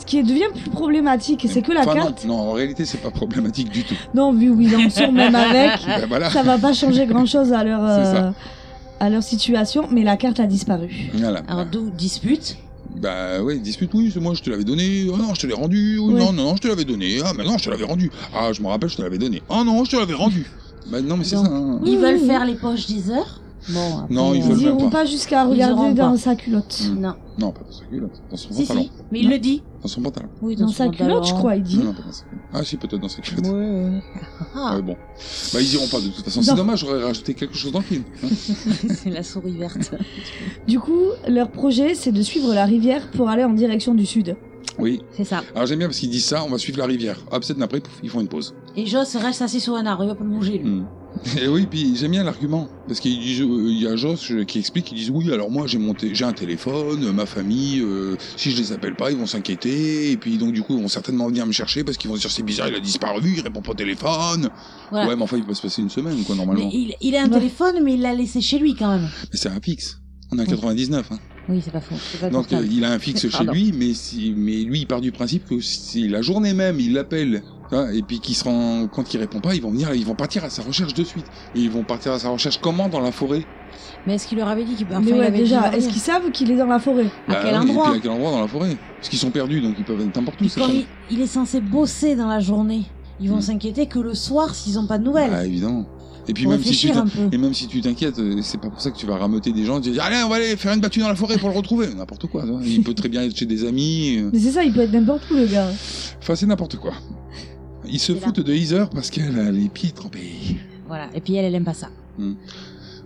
Ce qui devient plus problématique, c'est que la enfin, non, carte. non, en réalité, c'est pas problématique du tout. Non, vu où ils en sont même avec, Ben voilà. ça va pas changer grand chose à leur, C'est ça. euh, à leur situation, mais la carte a disparu. Voilà. Alors, d'où dispute Bah ouais, dispute, oui, c'est moi, je te l'avais donné, oh non, je te l'ai rendu, oh Ouais. non, non, non, je te l'avais donné, ah, mais non, je te l'avais rendu, ah, je me rappelle, je te l'avais donné, ah non, je te l'avais rendu. Bah non, mais c'est ça. hein. Ils veulent faire les poches des heures Bon, après, Non, ils euh, veulent même iront pas. pas jusqu'à Ils regarder iront dans pas. sa culotte. Non. Non, pas dans sa culotte, dans son Si, pantalon. si, mais il Non, le dit. Dans son pantalon. Oui, dans Dans son sa culotte, pantalon. je crois, il dit. Non, non, pas dans sa culotte. Ah si, peut-être dans sa culotte. Ouais, ouais. Ah. Ouais, bon. Bah, ils iront pas de toute façon. C'est Non. dommage, j'aurais rajouté quelque chose dans le film. hein. c'est la souris verte. Du coup, leur projet, c'est de suivre la rivière pour aller en direction du sud. oui. C'est ça. Alors j'aime bien parce qu'il dit ça, on va suivre la rivière. Hop, c'est après, pouf, ils font une pause. Et Joss reste assis sur un arbre, il va pas bouger lui. Hmm. Et oui, puis j'aime bien l'argument parce qu'il dit, euh, il y a Joss euh, qui explique, il dit oui, alors moi j'ai monté, j'ai un téléphone, euh, ma famille, euh, si je les appelle pas, ils vont s'inquiéter et puis donc du coup ils vont certainement venir me chercher parce qu'ils vont se dire c'est bizarre, il a disparu, il répond pas au téléphone. Voilà. Ouais, mais enfin il peut se passer une semaine quoi Mais normalement. il, il a un téléphone, mais il l'a laissé chez lui quand même. Mais c'est un fixe. On est à 99. Hein. Oui, c'est pas faux. C'est pas Donc euh, portable. il a un fixe chez Pardon. lui, mais, si, mais lui il part du principe que si la journée même il l'appelle hein, et puis qu'il se rend quand il répond pas, ils vont venir, ils vont partir à sa recherche de suite. Et ils vont partir à sa recherche comment dans la forêt Mais est-ce qu'il leur avait dit qu'il Mais ouais, avait déjà, est-ce qu'ils savent qu'il est dans la forêt Bah oui, et puis à quel endroit dans la forêt Parce qu'ils sont perdus, donc ils peuvent être n'importe où. Puis ces comme gens. il, il est censé bosser dans la journée, ils vont s'inquiéter que le soir s'ils ont pas de nouvelles. Ah évidemment. Et puis Faut même si, tu réfléchir t'in- un peu. et même si tu t'inquiètes, euh, c'est pas pour ça que tu vas rameuter des gens. Tu dis allez, on va aller faire une battue dans la forêt pour le retrouver. N'importe quoi. tu vois. Il peut très bien être chez des amis. euh. Mais c'est ça, il peut être n'importe où le gars. Enfin, c'est n'importe quoi. Ils se foutent de Heather parce qu'elle a les pieds trempés. Voilà. Et puis elle, elle aime pas ça. Hmm.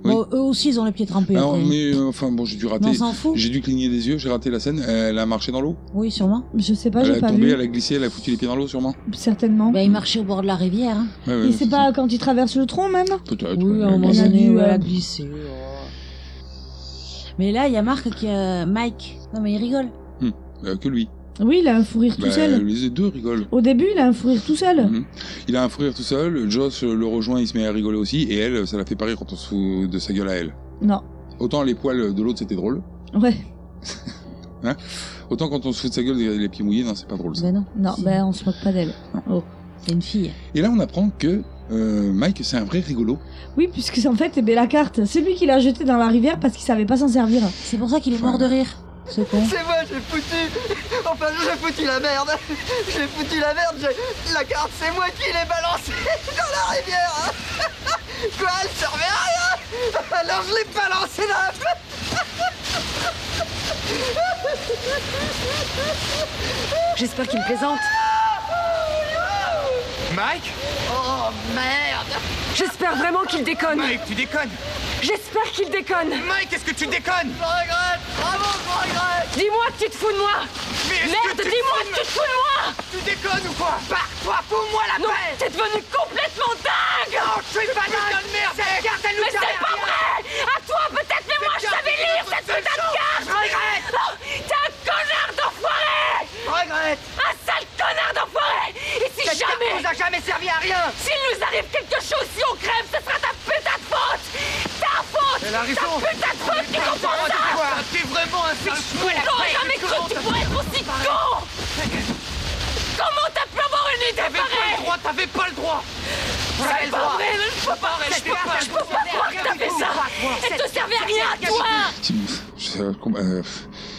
Bon, eux aussi, ils ont les pieds trempés. Alors, après. mais euh, enfin bon, j'ai dû rater. Mais on s'en fout. J'ai dû cligner des yeux, j'ai raté la scène. Elle a marché dans l'eau. Oui, sûrement. Je sais pas, elle j'ai a pas tombé, vu. elle a glissé, elle a foutu les pieds dans l'eau sûrement. Certainement. Bah, il marchait au bord de la rivière. hein. Ouais, ouais, Et c'est pas quand il traverse le tronc même Peut-être. Oui, à Elle un a moment glissé. donné, dû, ouais, elle a euh, glissé. oh. Mais là, il y a Marc qui. euh, Mike. Non, mais il rigole. Hmm. Euh, que lui. Oui, il a un fou rire tout Bah, seul. Les deux rigolent. Mhm. Au début, il a un fou rire tout seul. Il a un frère tout seul, Joss euh, le rejoint, il se met à rigoler aussi, et elle, ça la fait pas rire quand on se fout de sa gueule à elle. Non. Autant les poils de l'autre c'était drôle, Ouais. hein autant quand on se fout de sa gueule les pieds mouillés, non c'est pas drôle ça. non. Non, ben on se moque pas d'elle. Oh, c'est une fille. Et là on apprend que euh, Mike c'est un vrai rigolo. Oui, puisque en fait, eh ben, la carte, c'est lui qui l'a jetée dans la rivière parce qu'il savait pas s'en servir. C'est pour ça qu'il est mort de rire, ce con. C'est moi, j'ai foutu Enfin, j'ai foutu la merde J'ai foutu la merde, j'ai... La carte, c'est moi qui l'ai balancée dans la rivière Quoi, elle servait à rien Alors je l'ai balancée dans la... J'espère qu'il me plaisante. Mike Oh merde J'espère vraiment qu'il déconne. Mike, tu déconnes J'espère qu'il déconne. Mike, est-ce que tu déconnes Je regrette Vraiment, je regrette Dis-moi que tu te fous de moi Merde, dis-moi que tu te fous de moi Tu déconnes ou quoi Barre-toi, fous-moi la Non, paix t'es devenu complètement dingue Non, je suis pas Putain dingue. de merde, Cette mec. carte, elle nous Mais servait c'est pas à rien. vrai À toi peut-être, mais moi je carte, savais c'est lire notre cette seule putain de chance. carte Je regrette. Oh, T'es un connard d'enfoiré Regrette Un sale connard d'enfoiré Et si Cette carte jamais nous a jamais servi à rien. S'il nous arrive quelque chose, si on crève, ce sera ta putain de faute Ta faute Elle a raison. Ta putain de faute qui T'es comprend vraiment ça du pouvoir. T'es vraiment un sale fou à la J'aurais paix. jamais cru Comment que tu t'as pourrais être aussi con Comment t'as pu avoir une idée T'avais pas pareille le droit, t'avais pas le droit C'est T'avais pas vrai, là, je peux pas, je C'était peux pas, un je peux pas service croire que rien t'as du fait tout. ça. Pas toi. Elle te Cette- servait à cette rien, carte, toi. Tu- je- com- euh,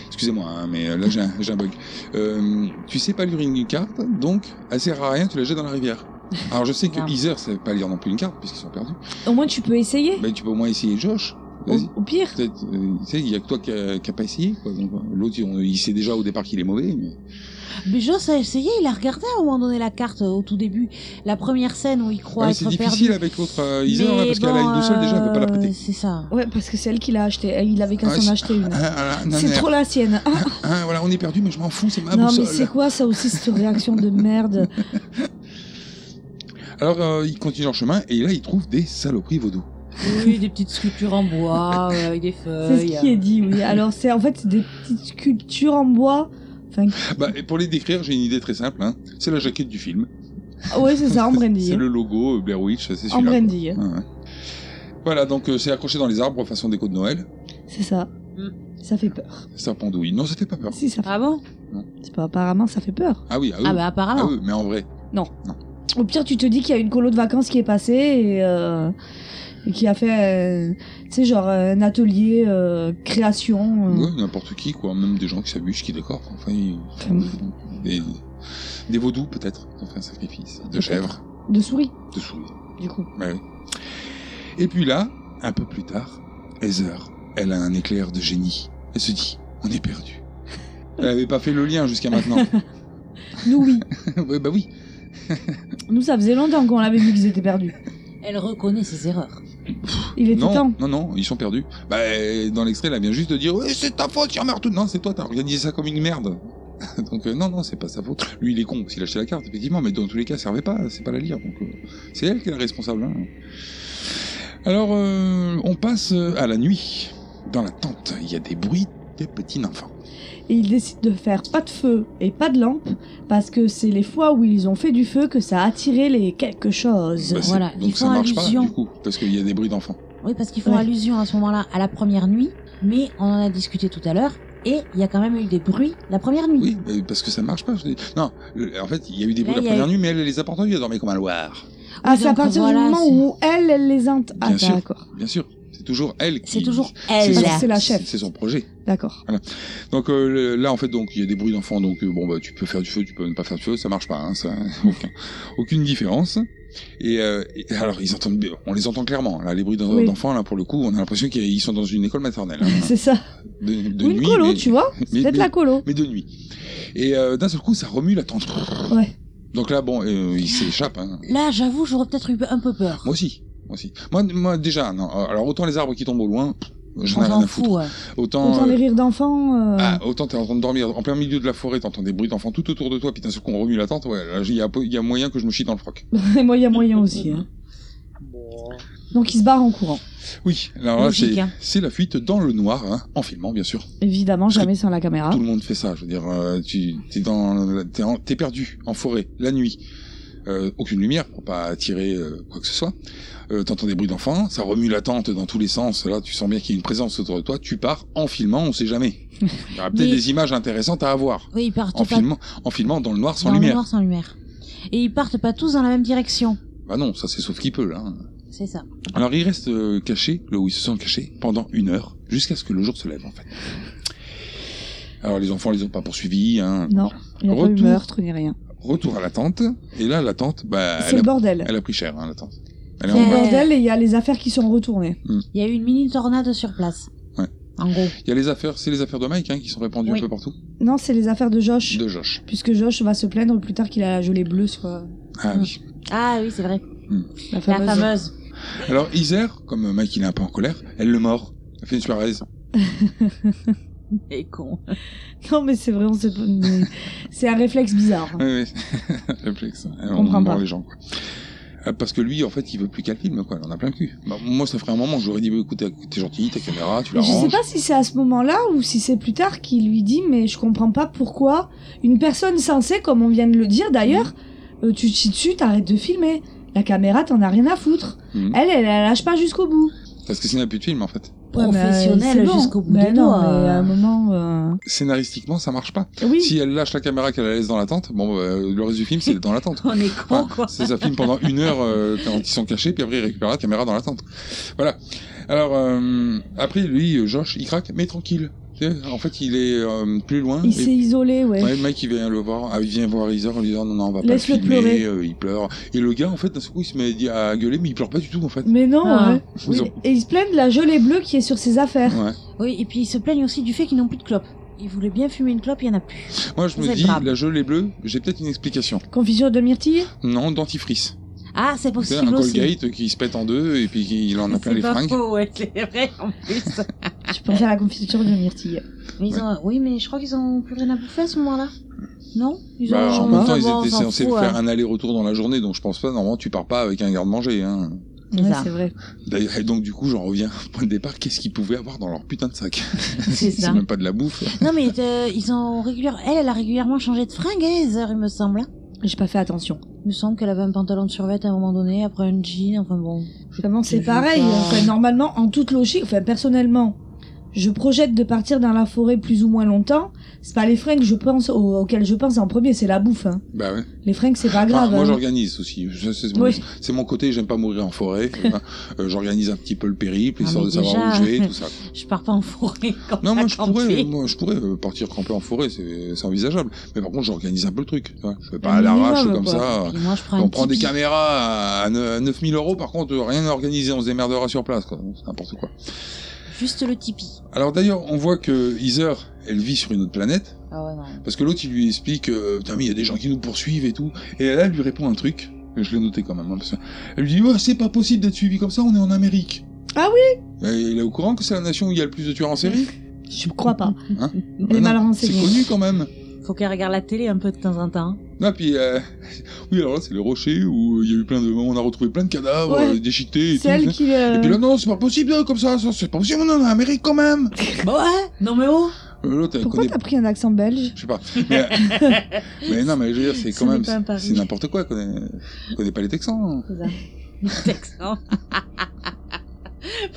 Excusez-moi, hein, mais euh, là j'ai un, j'ai un bug. Euh, tu sais pas lire une carte, donc elle sert à rien, tu la jettes dans la rivière. Alors je sais que Heather sait pas lire non plus une carte, puisqu'ils sont perdus. Au moins, tu peux essayer. Mais tu peux au moins essayer Josh. Vas-y. Au pire. Peut-être, euh, tu sais, il y a que toi qui a, qui a pas essayé. quoi. Donc, euh, L'autre, on- il sait déjà au départ qu'il est mauvais. Mais... Mais Joss a essayé, il a regardé à un moment donné la carte euh, au tout début. La première scène où il croit Ah oui, c'est être difficile perdu. avec l'autre euh, Heather, Mais là, parce qu'elle a une boussole déjà, elle peut pas la euh, prêter. C'est ça. Ouais, parce que c'est elle qui l'a acheté. Elle, Il avait qu'à Ah, s'en c'est- acheter une. Ah, ah, ah, non, c'est mais- trop la sienne. Ah, Ah, voilà, on est perdu, mais je m'en fous, c'est ma non, boussole. mais c'est quoi ça aussi, cette réaction de merde Alors, euh, ils continuent leur chemin et là, ils trouvent des saloperies vaudou. Oui, des petites sculptures en bois, euh, avec des C'est ce feuilles. qui est dit, oui. Alors, c'est en fait c'est des petites sculptures en bois. Enfin, Bah, et pour les décrire, j'ai une idée très simple. Hein. C'est la jaquette du film. Ah ouais, c'est ça, en brindille. C'est le logo euh, Blair Witch, c'est celui-là. En brindille. quoi. Ouais, ouais. Voilà, donc euh, c'est accroché dans les arbres façon déco de Noël. C'est ça. Ça fait peur. Ça pendouille. Non, ça fait pas peur. Si, ça fait... Ah bon C'est pas apparemment, ça fait peur. Ah oui, ah, oui. Ah bah, apparemment. Ah oui, mais en vrai. Non. Au pire, tu te dis qu'il y a une colo de vacances qui est passée et, euh, et qui a fait, euh, tu sais, genre un atelier euh, création. euh. Ouais, n'importe qui, quoi. Même des gens qui s'abusent, qui décorent. Enfin, ils- des, des vaudous, peut-être. Ils ont fait un sacrifice. De chèvres, De souris, de souris. du coup. Ouais, oui. Et puis là, un peu plus tard, Heather, elle a un éclair de génie. Elle se dit, on est perdu. Elle avait pas fait le lien jusqu'à maintenant. Nous, oui. Ouais, bah oui. Nous, ça faisait longtemps qu'on l'avait vu qu'ils étaient perdus. Elle reconnaît ses erreurs. Il est tout temps. non, non, non, ils sont perdus. Bah, euh, dans l'extrait, là, vient juste de dire Ouais, c'est ta faute, il meurt tout. Non, c'est toi, t'as organisé ça comme une merde. donc, euh, non, non, c'est pas sa faute. Lui, il est con, s'il a acheté la carte, effectivement, mais dans tous les cas, ça servait pas, c'est pas la lire. Donc, euh, c'est elle qui est la responsable. hein. Alors, euh, on passe euh, à la nuit. Dans la tente, il y a des bruits de petits enfants. Et ils décident de faire pas de feu et pas de lampe parce que c'est les fois où ils ont fait du feu que ça a attiré les quelque chose. Bah, c'est- voilà, donc, ils ça font marche allusion. pas, du coup, parce qu'il y a des bruits d'enfants. Oui, parce qu'ils font Ouais. allusion à ce moment-là à la première nuit, mais on en a discuté tout à l'heure, et il y a quand même eu des bruits la première nuit. Oui, mais parce que ça marche pas. je dis. Non, le- en fait, il y a eu des Là, bruits la il y a première eu- nuit, mais elle, elle les a pas entendus, elle dormait comme un loir. Ah, Oui, c'est à donc, partir voilà, du moment c'est- où elle, elle les int... Ah, Bien sûr, d'accord. bien sûr. C'est toujours elle qui. C'est toujours C'est elle. son- Parce que c'est la chef. C'est son projet. D'accord. Voilà. Donc euh, le- là, en fait, donc il y a des bruits d'enfants. Donc euh, bon, bah tu peux faire du feu, tu peux ne pas faire du feu, ça marche pas. Hein, ça, aucun- aucune différence. Et, euh, et- alors ils entendent, on les entend clairement. Là, les bruits d'en- Oui. d'enfants, là pour le coup, on a l'impression qu'ils sont dans une école maternelle. hein. C'est ça. De, de Ou une nuit, colo, mais- tu vois. mais- C'est peut-être mais- la colo. Mais de nuit. Et euh, d'un seul coup, ça remue la tente. Ouais. Donc là, bon, euh, ils s'échappent. Hein. Là, j'avoue, j'aurais peut-être eu un peu peur. Moi aussi, moi aussi. Moi, moi déjà, non. Alors autant les arbres qui tombent au loin, j'en ai On rien s'en à foutre. fout, ouais. Autant, Autant euh, les rires d'enfants. euh, Ah, autant t'es en train de dormir en plein milieu de la forêt, t'entends des bruits d'enfants tout autour de toi, puis d'un seul coup on remue la tente, ouais, là, il y, a- il y a moyen que je me chie dans le froc. et moi, il y a moyen aussi. hein. Donc ils se barrent en courant. Oui, alors là, Logique, c'est hein. c'est la fuite dans le noir, hein, en filmant bien sûr. Évidemment, jamais sans la caméra. Tout le monde fait ça, je veux dire, euh, tu t'es dans, la- t'es en- t'es perdu en forêt la nuit, Euh, aucune lumière pour pas attirer euh, quoi que ce soit. Euh, T'entends des bruits d'enfants, ça remue la tente dans tous les sens. Là, tu sens bien qu'il y a une présence autour de toi. Tu pars en filmant, on sait jamais. Il y aura peut-être Mais- des images intéressantes à avoir. Oui, ils partent En pas filmant, en filmant dans le noir sans dans lumière. le noir sans lumière. Et ils partent pas tous dans la même direction. Bah non, ça c'est sauf qui peut là. hein. C'est ça. Alors ils restent euh, cachés, là où ils se sont cachés, pendant une heure, jusqu'à ce que le jour se lève en fait. Alors les enfants les ont pas poursuivis, hein. Non, il n'y a pas eu Retour. meurtre ni rien. Retour à la tente, et là la tente, bah. C'est elle le a- bordel. Elle a pris cher, hein, la tente. Elle est C'est en le bas. bordel et il y a les affaires qui sont retournées. Il y a eu une mini tornade sur place. Ouais. En gros. Il y a les affaires, c'est les affaires de Mike hein, qui sont répandues Oui. un peu partout. Non, c'est les affaires de Josh. De Josh. Puisque Josh va se plaindre plus tard qu'il a la gelée bleue sur euh, Ah oui. Ah oui, c'est vrai. la fameuse. La fameuse. Alors Iser, comme Mike il est un peu en colère, elle le mord. Elle fait une soirée. Et con. Non, mais c'est vrai, on sait pas- mais c'est un réflexe bizarre. Oui, oui. Réflexe. hein. On, comprend mord pas. les gens, quoi. Euh, Parce que lui, en fait, il veut plus qu'un film, quoi. Il en a plein le cul. Bah, moi, ça ferait un moment, j'aurais dit, bah, écoute, t'es- t'es gentil, ta caméra, tu la Je sais ranges. pas si c'est à ce moment-là ou si c'est plus tard qu'il lui dit, mais je comprends pas pourquoi une personne sensée, comme on vient de le dire d'ailleurs, Hmm. euh, tu te chies dessus, t'arrêtes de filmer. La caméra, t'en as rien à foutre. Mhm. Elle, elle la lâche pas jusqu'au bout. Parce que sinon, il n'y a plus de film, en fait. Ouais, mais, euh, Professionnelle c'est bon. jusqu'au bout Mais des non, doigts. mais à un moment. euh, Scénaristiquement, ça marche pas. Oui. Si elle lâche la caméra, qu'elle la laisse dans la tente, bon, bah, le reste du film, c'est dans la tente. On est con, quoi. Hein, C'est ça filme pendant une heure euh, quand ils sont cachés, puis après, il récupère la caméra dans la tente. Voilà. Alors, euh, après, lui, euh, Josh, il craque, mais tranquille. Tu sais, En fait, il est euh, plus loin. et- Il s'est isolé, ouais. Ouais, le mec il vient le voir, ah, il vient voir Iser en lui disant non non on va pas le Laisse-le filmer, pleurer. euh, il pleure. Et le gars en fait d'un seul coup il se met à dire- à gueuler mais il pleure pas du tout en fait. Mais non, Ah. ouais. Ils Oui, ont- Et il se plaint de la gelée bleue qui est sur ses affaires. Ouais. Oui, et puis ils se plaignent aussi du fait qu'ils n'ont plus de clopes. Ils voulaient bien fumer une clope, il y en a plus. Moi je Vous me êtes dis brave. la gelée bleue, j'ai peut-être une explication. Confiture de myrtille Non dentifrice. Ah, c'est C'est un possible aussi. Colgate qui se pète en deux et puis il en a plein C'est Ah, les pas fringues. bah, faux, Oh, ouais, c'est vrai en plus. Je pense à la confiture de myrtille. Mais ils ont- Oui, mais je crois qu'ils ont plus rien à bouffer à ce moment-là. Non ils Bah, ont... en même temps Ah ils bon, on étaient s'en censés fout, faire hein. un aller-retour dans la journée donc je pense pas normalement tu pars pas avec un garde-manger hein. Ouais, ça. c'est vrai. D'ailleurs, et donc du coup j'en reviens au point de départ qu'est-ce qu'ils pouvaient avoir dans leur putain de sac C'est ça. même pas de la bouffe. Non, mais euh, ils ont régulièrement... Elle, elle a régulièrement changé de fringue, hein, Heather, il me semble. hein. J'ai pas fait attention. Il me semble qu'elle avait un pantalon de survêt à un moment donné, après un jean, enfin bon. Vraiment, c'est Je pareil. vois pas. Enfin, normalement, en toute logique, enfin, personnellement, je projette de partir dans la forêt plus ou moins longtemps. C'est pas les fringues que je pense, au- auxquelles je pense en premier, c'est la bouffe. hein. Bah ouais. Les fringues, c'est Ah, pas Enfin, bah grave. moi, hein. j'organise aussi. Je- C'est mon, Oui. c'est mon côté, j'aime pas mourir en forêt. Enfin, euh, j'organise un petit peu le périple, Ah, histoire mais de savoir déjà, où je vais, tout ça. Je pars pas en forêt comme Non, ça, moi je, pourrais, camper. moi, je pourrais euh, partir camper en forêt, c'est c'est envisageable. Mais par contre, j'organise un peu le truc. tu vois. Je vais pas Un à l'arrache minimum, comme Ah, quoi. ça. Puis moi, je prends un on prend des tipi. caméras à 9000 euros, par contre, euh, rien organisé, on se démerdera sur place. quoi. C'est n'importe quoi. Juste le tipi. Alors d'ailleurs, on voit que Heather, elle vit sur une autre planète, Ah ouais, non. parce que l'autre, il lui explique, euh, putain, mais il y a des gens qui nous poursuivent et tout. Et là, elle lui répond un truc, que je l'ai noté quand même, hein, parce que- elle lui dit, ouais, c'est pas possible d'être suivi comme ça, on est en Amérique. Ah oui Et il est au courant que c'est la nation où il y a le plus de tueurs en série Je crois pas. Hein Elle est mal C'est renseignée. connu quand même. Faut qu'elle regarde la télé un peu de temps en temps. Ah, puis, euh, oui, alors là, c'est le rocher où il y a eu plein de, on a retrouvé plein de cadavres Ouais. euh, déchiquetés et C'est tout. elle qui, euh, Et puis là, non, c'est pas possible, euh, comme ça, ça, c'est pas possible, on est en Amérique quand même. bah ouais, non mais oh. Euh, L'autre, elle Pourquoi connaît t'as pris un accent belge Je sais pas. Mais, euh, mais non, mais je veux dire, c'est Ce quand même. n'est pas un pari. C'est n'importe quoi, qu'on est- qu'on n'est pas les Texans. C'est ça. Les Texans.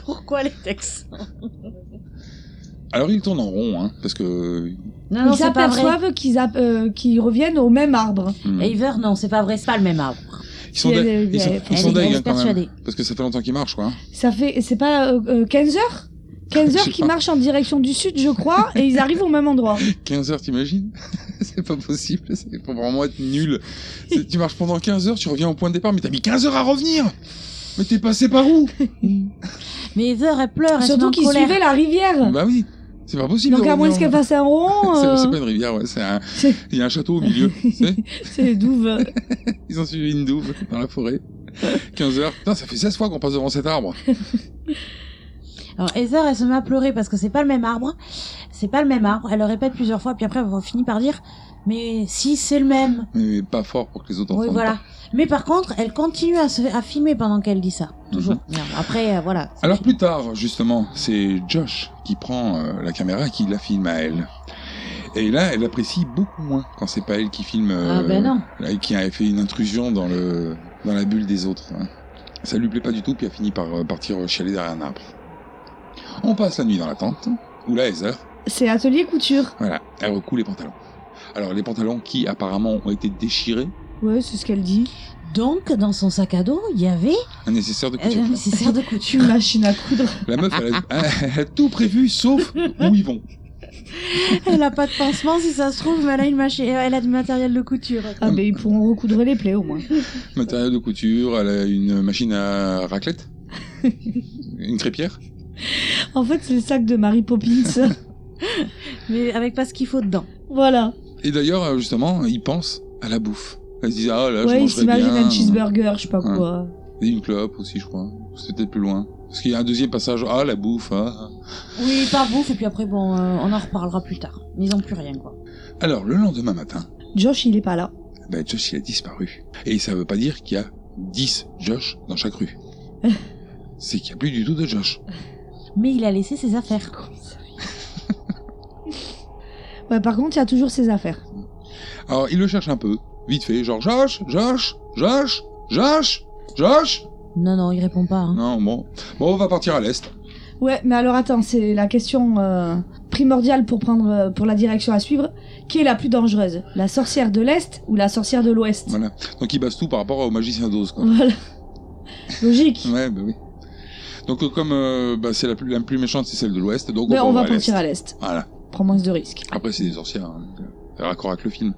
Pourquoi les Texans Alors, ils tournent en rond, hein, parce que. Non, non, ils c'est pas vrai. s'aperçoivent qu'ils app- euh, qu'ils reviennent au même arbre. Hmm. Aver, non, c'est pas vrai, c'est pas le même arbre. Ils sont Il y a dingues, des- ils sont, elle- ils sont elle est dingues, hein, quand même. persuadée. Parce que ça fait longtemps qu'ils marchent, quoi. Ça fait, c'est pas euh, euh, 15 heures 15 Je heures sais qu'ils pas. marchent en direction du sud, je crois, et ils arrivent au même endroit. 15 heures, t'imagines C'est pas possible, c'est faut vraiment être nul. C'est- Tu marches pendant 15 heures, tu reviens au point de départ, mais t'as mis 15 heures à revenir Mais t'es passé par où Mais Aver, elle pleure, elle se met en Surtout qu'ils colère. suivaient la rivière. Bah oui, c'est pas possible. Donc de à moins revenir. qu'elle fasse un rond, hein. C'est- euh, C'est pas une rivière, ouais, c'est un- il y a un château au milieu. tu sais. c'est douve. Ils ont suivi une douve dans la forêt. 15 heures. Putain, ça fait 16 fois qu'on passe devant cet arbre. Alors Heather, elle se met à pleurer parce que c'est pas le même arbre. C'est pas le même arbre. Elle le répète plusieurs fois, puis après elle finit par dire mais si c'est le même. Mais pas fort pour que les autres Oui, entendent voilà. pas. Mais par contre, elle continue à, se, à filmer pendant qu'elle dit ça. Toujours. Mhm. Merde. Après, euh, voilà. Alors plus tard, justement, c'est Josh qui prend euh, la caméra et qui la filme à elle. Et là, elle apprécie beaucoup moins quand c'est pas elle qui filme, euh, Ah ben non. là, qui a fait une intrusion dans le dans la bulle des autres. hein. Ça lui plaît pas du tout, puis elle finit par euh, partir chialer derrière un arbre. On passe la nuit dans la tente, où là, Heather, C'est atelier couture. voilà, elle recoue les pantalons. Alors les pantalons qui apparemment ont été déchirés, Ouais, c'est ce qu'elle dit. Donc, dans son sac à dos, il y avait un nécessaire de Euh. couture. un nécessaire de couture. Une machine à coudre. La meuf, elle a, elle a tout prévu sauf où ils vont. Elle a pas de pansement si ça se trouve, mais elle a, une machine... elle a du matériel de couture. Mm. Ah ben ils pourront recoudre les plaies au moins. Matériel de couture, elle a une machine à raclette Une crêpière En fait, c'est le sac de Mary Poppins. Mais avec pas ce qu'il faut dedans. voilà. Et d'ailleurs, euh, justement, ils pensent à la bouffe. Ils se disent, ah là, je ouais, ils mangerais bien. s'imaginent un cheeseburger, je sais pas quoi. Et une clope aussi, je crois. C'était peut-être plus loin. Parce qu'il y a un deuxième passage, ah la bouffe, ah. Oui, par bouffe, et puis après, bon, euh, on en reparlera plus tard. Mais ils ont plus rien, quoi. Alors, le lendemain matin, Josh, il est pas là. ben, Josh, il a disparu. Et ça veut pas dire qu'il y a 10 Josh dans chaque rue. C'est qu'il y a plus du tout de Josh. Mais il a laissé ses affaires. Ouais, par contre, il y a toujours ses affaires. Alors, il le cherche un peu, vite fait, genre, Josh, Josh, Josh, Josh, Josh Non, non, il répond pas. hein. Non, bon. Bon, on va partir à l'est. Ouais, mais alors attends, c'est la question euh, primordiale pour prendre euh, pour la direction à suivre. Qui est la plus dangereuse La sorcière de l'Est ou la sorcière de l'Ouest Voilà. Donc il base tout par rapport au magicien d'Oz, quoi. Voilà. Logique. Ouais, bah oui. Donc euh, comme euh, bah, c'est la plus, la plus méchante, c'est celle de l'Ouest, donc Mais on va à l'est. partir à l'Est. Voilà. Prends moins de risques. Après, c'est des sorcières, hein, donc, euh, c'est raccord avec le film.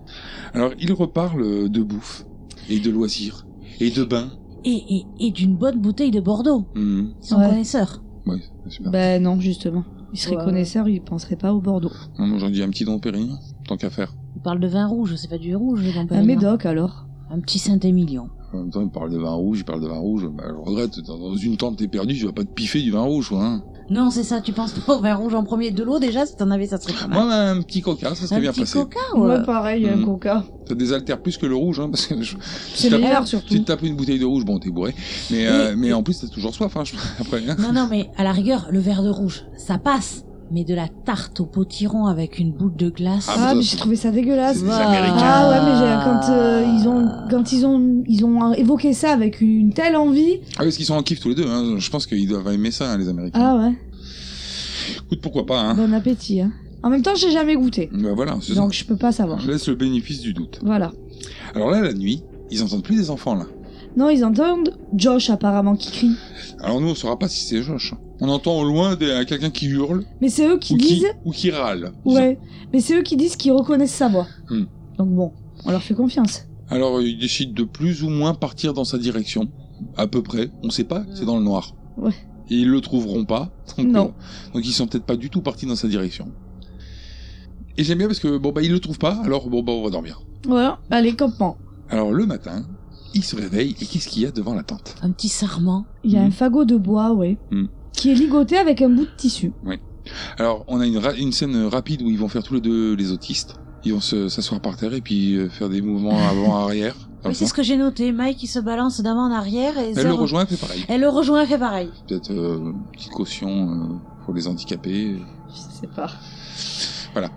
Alors, il reparle euh, de bouffe, et de loisirs, et de bain. Et, et, et d'une bonne bouteille de Bordeaux. Mhm. Ils sont Ouais. connaisseurs. Ouais, c'est super. Ben non, justement. Il serait Ouais. connaisseur, il penserait pas au Bordeaux. Non, moi, j'en dis un petit Don Pérignon, tant qu'à faire. Ils parlent de vin rouge, c'est pas du rouge, les Un compagnons. médoc alors. Un petit Saint-Émilion. En même temps, il parle de vin rouge, il parle de vin rouge. Bah, je regrette, dans- dans une tente, t'es perdu, tu vas pas te piffer du vin rouge, quoi. hein. Non, c'est ça, tu penses pas au vin rouge en premier. De l'eau, déjà, si t'en avais, ça serait pas mal. Moi, un petit coca, ça serait un bien petit passé. coca, Ah, ouais. pareil, Mhm. coca. Ça désaltère plus que le rouge, hein, parce que je... C'est meilleur, surtout. Ah, Tu tapes une bouteille de rouge, bon, t'es bourré. Mais, euh, Et- mais en plus, t'as toujours soif, hein, je- après. hein. Non, non, mais à la rigueur, le verre de rouge, ça passe. Mais de la tarte au potiron avec une boule de glace. Ah, Ah, mais mais ça, j'ai trouvé ça dégueulasse. c'est des Américains. Ah ouais, mais j'ai- quand euh, ils ont quand ils ont ils ont évoqué ça avec une telle envie. Ah, parce qu'ils sont en kiff tous les deux, hein. je pense qu'ils doivent aimer ça, hein, les Américains. Ah ouais. Écoute, pourquoi pas, hein. Bon appétit. Hein. En même temps, j'ai jamais goûté, Bah voilà, c'est ça. donc je peux pas savoir. Je laisse le bénéfice du doute. Voilà. Alors là, la nuit, ils entendent plus des enfants, là. Non, ils entendent Josh apparemment qui crie. Alors nous, on saura pas si c'est Josh. hein. On entend au loin des- euh, quelqu'un qui hurle, Mais c'est eux qui ou qui, disent. ou qui râle. Ouais. Mais c'est eux qui disent qu'ils reconnaissent sa voix. Hmm. Donc bon, on leur fait confiance. Alors, euh, ils décident de plus ou moins partir dans sa direction. À peu près. On sait pas, c'est dans le noir. Ouais. et ils le trouveront pas. Donc, Non. euh, donc ils sont peut-être pas du tout partis dans sa direction. Et j'aime bien parce que bon bah ils le trouvent pas, alors bon bah on va dormir. Voilà, allez, campement. Alors le matin, il se réveille et qu'est-ce qu'il y a devant la tente Un petit sarment. Il y a un fagot de bois, ouais. Hmm. Qui est ligoté avec un bout de tissu. Oui. Alors, on a une, ra- une scène rapide où ils vont faire tous les deux les autistes. Ils vont se- s'asseoir par terre et puis euh, faire des mouvements avant-arrière. Mais c'est ce que j'ai noté. Mike, il se balance d'avant en arrière et Elle Zer- le rejoint, elle fait pareil. Elle le rejoint, elle fait pareil. Peut-être euh, une petite caution euh, pour les handicapés. Je sais pas. Voilà.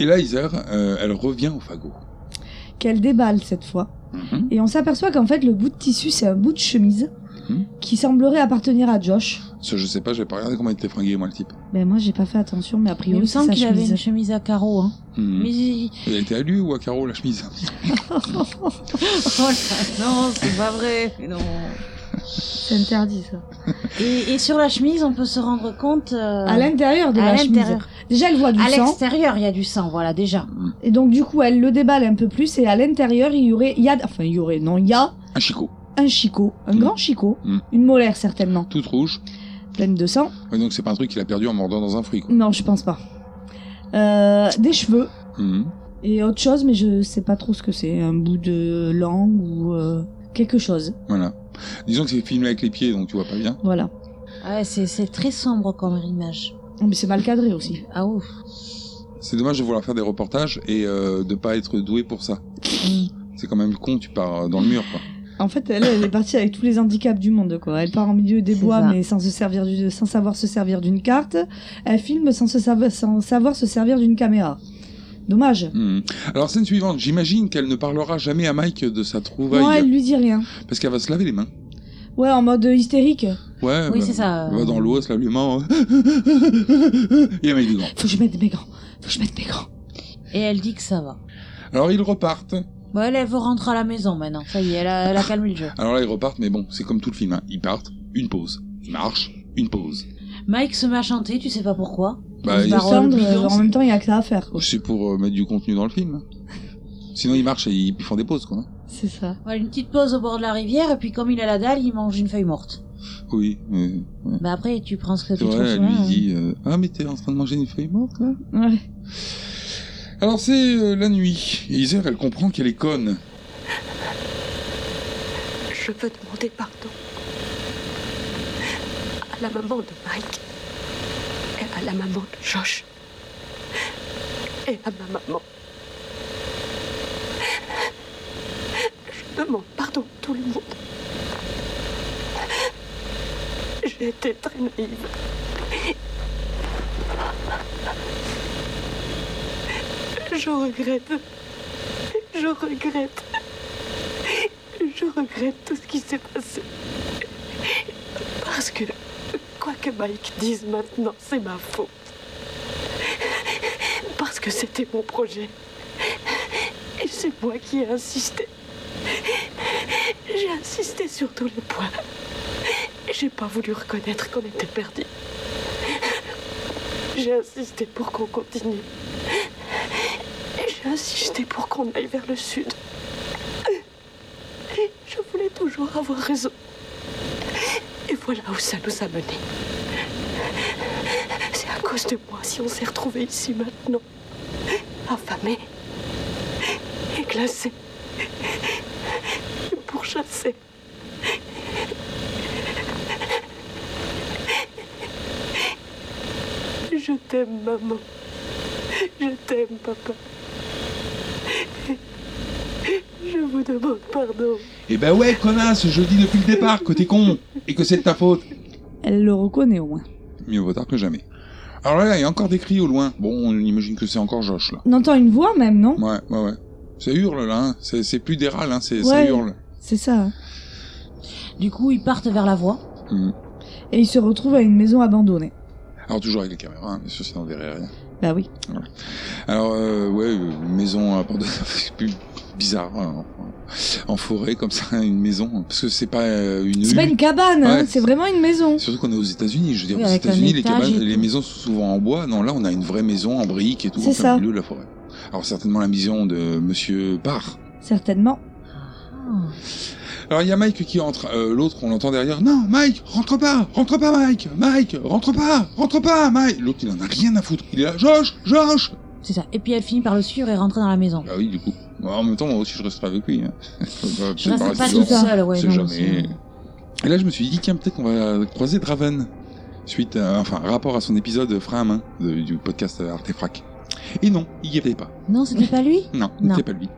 Et là, Isère, euh, elle revient au fagot. Qu'elle déballe cette fois. Et on s'aperçoit qu'en fait, le bout de tissu, c'est un bout de chemise Hmm. qui semblerait appartenir à Josh. Ça, je sais pas, j'ai pas regardé comment il était fringué, moi, le type. Ben moi, j'ai pas fait attention, mais a Il priori, me c'est sa semble qu'il avait chemise. une chemise à carreaux. Hein. Mhm. Mais il- Elle était à lui ou à Caro, la chemise Oh là, non, c'est pas vrai. Mais non. C'est interdit, ça. Et, et sur la chemise, on peut se rendre compte. euh, À l'intérieur de à la chemise. l'intérieur. Déjà, elle voit du À sang. l'extérieur, il y a du sang, voilà, déjà. Et donc, du coup, elle le déballe un peu plus. Et à l'intérieur, il y aurait. Il y a... Enfin, il y aurait. Non, il y a Un chicot. un chicot. Un grand chicot. Mm. Une molaire, certainement. Toute rouge. Pleine de sang. Ouais, donc, c'est pas un truc qu'il a perdu en mordant dans un fruit, quoi. Non, je pense pas. Euh, des cheveux. Mhm. Et autre chose, mais je sais pas trop ce que c'est. Un bout de langue ou euh, quelque chose. Voilà. Disons que c'est filmé avec les pieds, donc tu vois pas bien. Voilà. Oh, Ouais, c'est c'est très sombre comme image. Mais c'est mal cadré aussi. Ah ouf. C'est dommage de vouloir faire des reportages et euh, de pas être doué pour ça. Mm. C'est quand même con, tu pars euh, dans le mur, quoi. En fait, elle, elle est partie avec tous les handicaps du monde, quoi. Elle part en milieu des bois, ça. mais sans, se servir du- sans savoir se servir d'une carte. Elle filme sans, se savo- sans savoir se servir d'une caméra. Dommage. Hmm. Alors, scène suivante, j'imagine qu'elle ne parlera jamais à Mike de sa trouvaille. Non, elle lui dit rien. Parce qu'elle va se laver les mains. Ouais, en mode hystérique. Ouais, Oui, bah, c'est ça, euh. elle Va dans l'eau, elle se lave les mains. hein. Et Mike dit non. Faut que je mette mes gants. Faut que je mette mes gants. Et elle dit que ça va. Alors, ils repartent. Bon, elle, elle veut rentrer à la maison maintenant. Ça y est, elle a, elle a calmé le jeu. Alors là, ils repartent, mais bon, c'est comme tout le film. hein. Ils partent, une pause. Ils marchent, une pause. Mike se met à chanter, tu sais pas pourquoi. Bah, Des il- paroles Tendre, euh, bidons. en même temps, il y a que ça à faire, quoi. C'est pour euh, mettre du contenu dans le film. Sinon, ils marchent et ils font des pauses, quoi. hein. C'est ça. Ouais, une petite pause au bord de la rivière, et puis comme il a la dalle, il mange une feuille morte. Oui. mais- ouais. Bah après, tu prends ce que tu C'est vrai, trouves. elle hein. lui dit euh, Ah, mais t'es en train de manger une feuille morte, là Ouais. Alors, c'est euh, la nuit. Et Isère, elle comprend qu'elle est conne. Je veux demander pardon à la maman de Mike et à la maman de Josh et à ma maman. Je demande pardon à tout le monde. J'ai été très naïve. Je regrette. Je regrette. Je regrette tout ce qui s'est passé. Parce que, quoi que Mike dise maintenant, c'est ma faute. Parce que c'était mon projet. Et c'est moi qui ai insisté. J'ai insisté sur tous les points. J'ai pas voulu reconnaître qu'on était perdus. J'ai insisté pour qu'on continue. J'ai insisté pour qu'on aille vers le sud. Je voulais toujours avoir raison. Et voilà où ça nous a menés. C'est à cause de moi si on s'est retrouvés ici maintenant. Affamés. Et glacés. Et pourchassés. Je t'aime, maman. Je t'aime, papa. Je vous demande pardon. Eh ben ouais, connasse, je le dis depuis le départ que t'es con et que c'est de ta faute. Elle le reconnaît au moins. Mieux vaut tard que jamais. Alors là, il y a encore des cris au loin. Bon, on imagine que c'est encore Josh là. On entend une voix même, non Ouais, ouais, ouais. Ça hurle là, hein. c'est c'est plus des râles, hein. c'est ça Ouais. hurle. C'est ça. Du coup, ils partent vers la voie. Mhm. Et ils se retrouvent à une maison abandonnée. Alors toujours avec les caméras, hein, bien sûr, sinon on verrait rien. Bah oui. Voilà. Alors euh, ouais, euh, une maison abandonnée, c'est plus bizarre. hein. En forêt comme ça, une maison, hein. parce que c'est pas euh, une. C'est pas hutte. une cabane, hein, Ouais. c'est vraiment une maison. Surtout qu'on est aux États-Unis, je veux dire, Oui, aux avec un États-Unis, les, étage cabanes- et tout. les maisons sont souvent en bois. Non, là, on a une vraie maison en briques et tout, C'est en plein ça. milieu de la forêt. Alors, certainement la maison de Monsieur Barr. Certainement. Alors il y a Mike qui entre, euh, l'autre on l'entend derrière. Non, Mike, rentre pas, rentre pas Mike, Mike, rentre pas, rentre pas Mike. L'autre il en a rien à foutre. Il est là, Josh, Josh. C'est ça. Et puis elle finit par le suivre et rentrer dans la maison. Bah oui du coup. En même temps moi aussi je resterai avec lui. hein. Bah, Je par reste pas accident, toute seule, ouais, on sait non, hein. jamais. Et là je me suis dit tiens peut-être qu'on va croiser Draven suite, à, enfin rapport à son épisode frein à main de- du podcast Artefrac. Et non, il y était pas. Non, c'était pas lui Non, Non. c'était pas lui.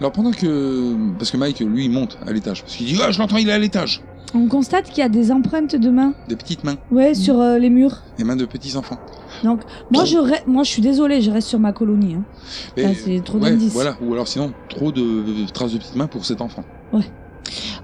Alors pendant que... Parce que Mike, lui, il monte à l'étage. Parce qu'il dit, ah, je l'entends, il est à l'étage. On constate qu'il y a des empreintes de mains. Des petites mains. Mmh. Ouais, sur euh, les murs. Des mains de petits enfants. Donc, moi, je, re- moi, je suis désolée, je reste sur ma colonie. hein. Mais, Ah, c'est trop ouais, d'indices. Voilà, ou alors sinon, trop de traces de petites mains pour cet enfant.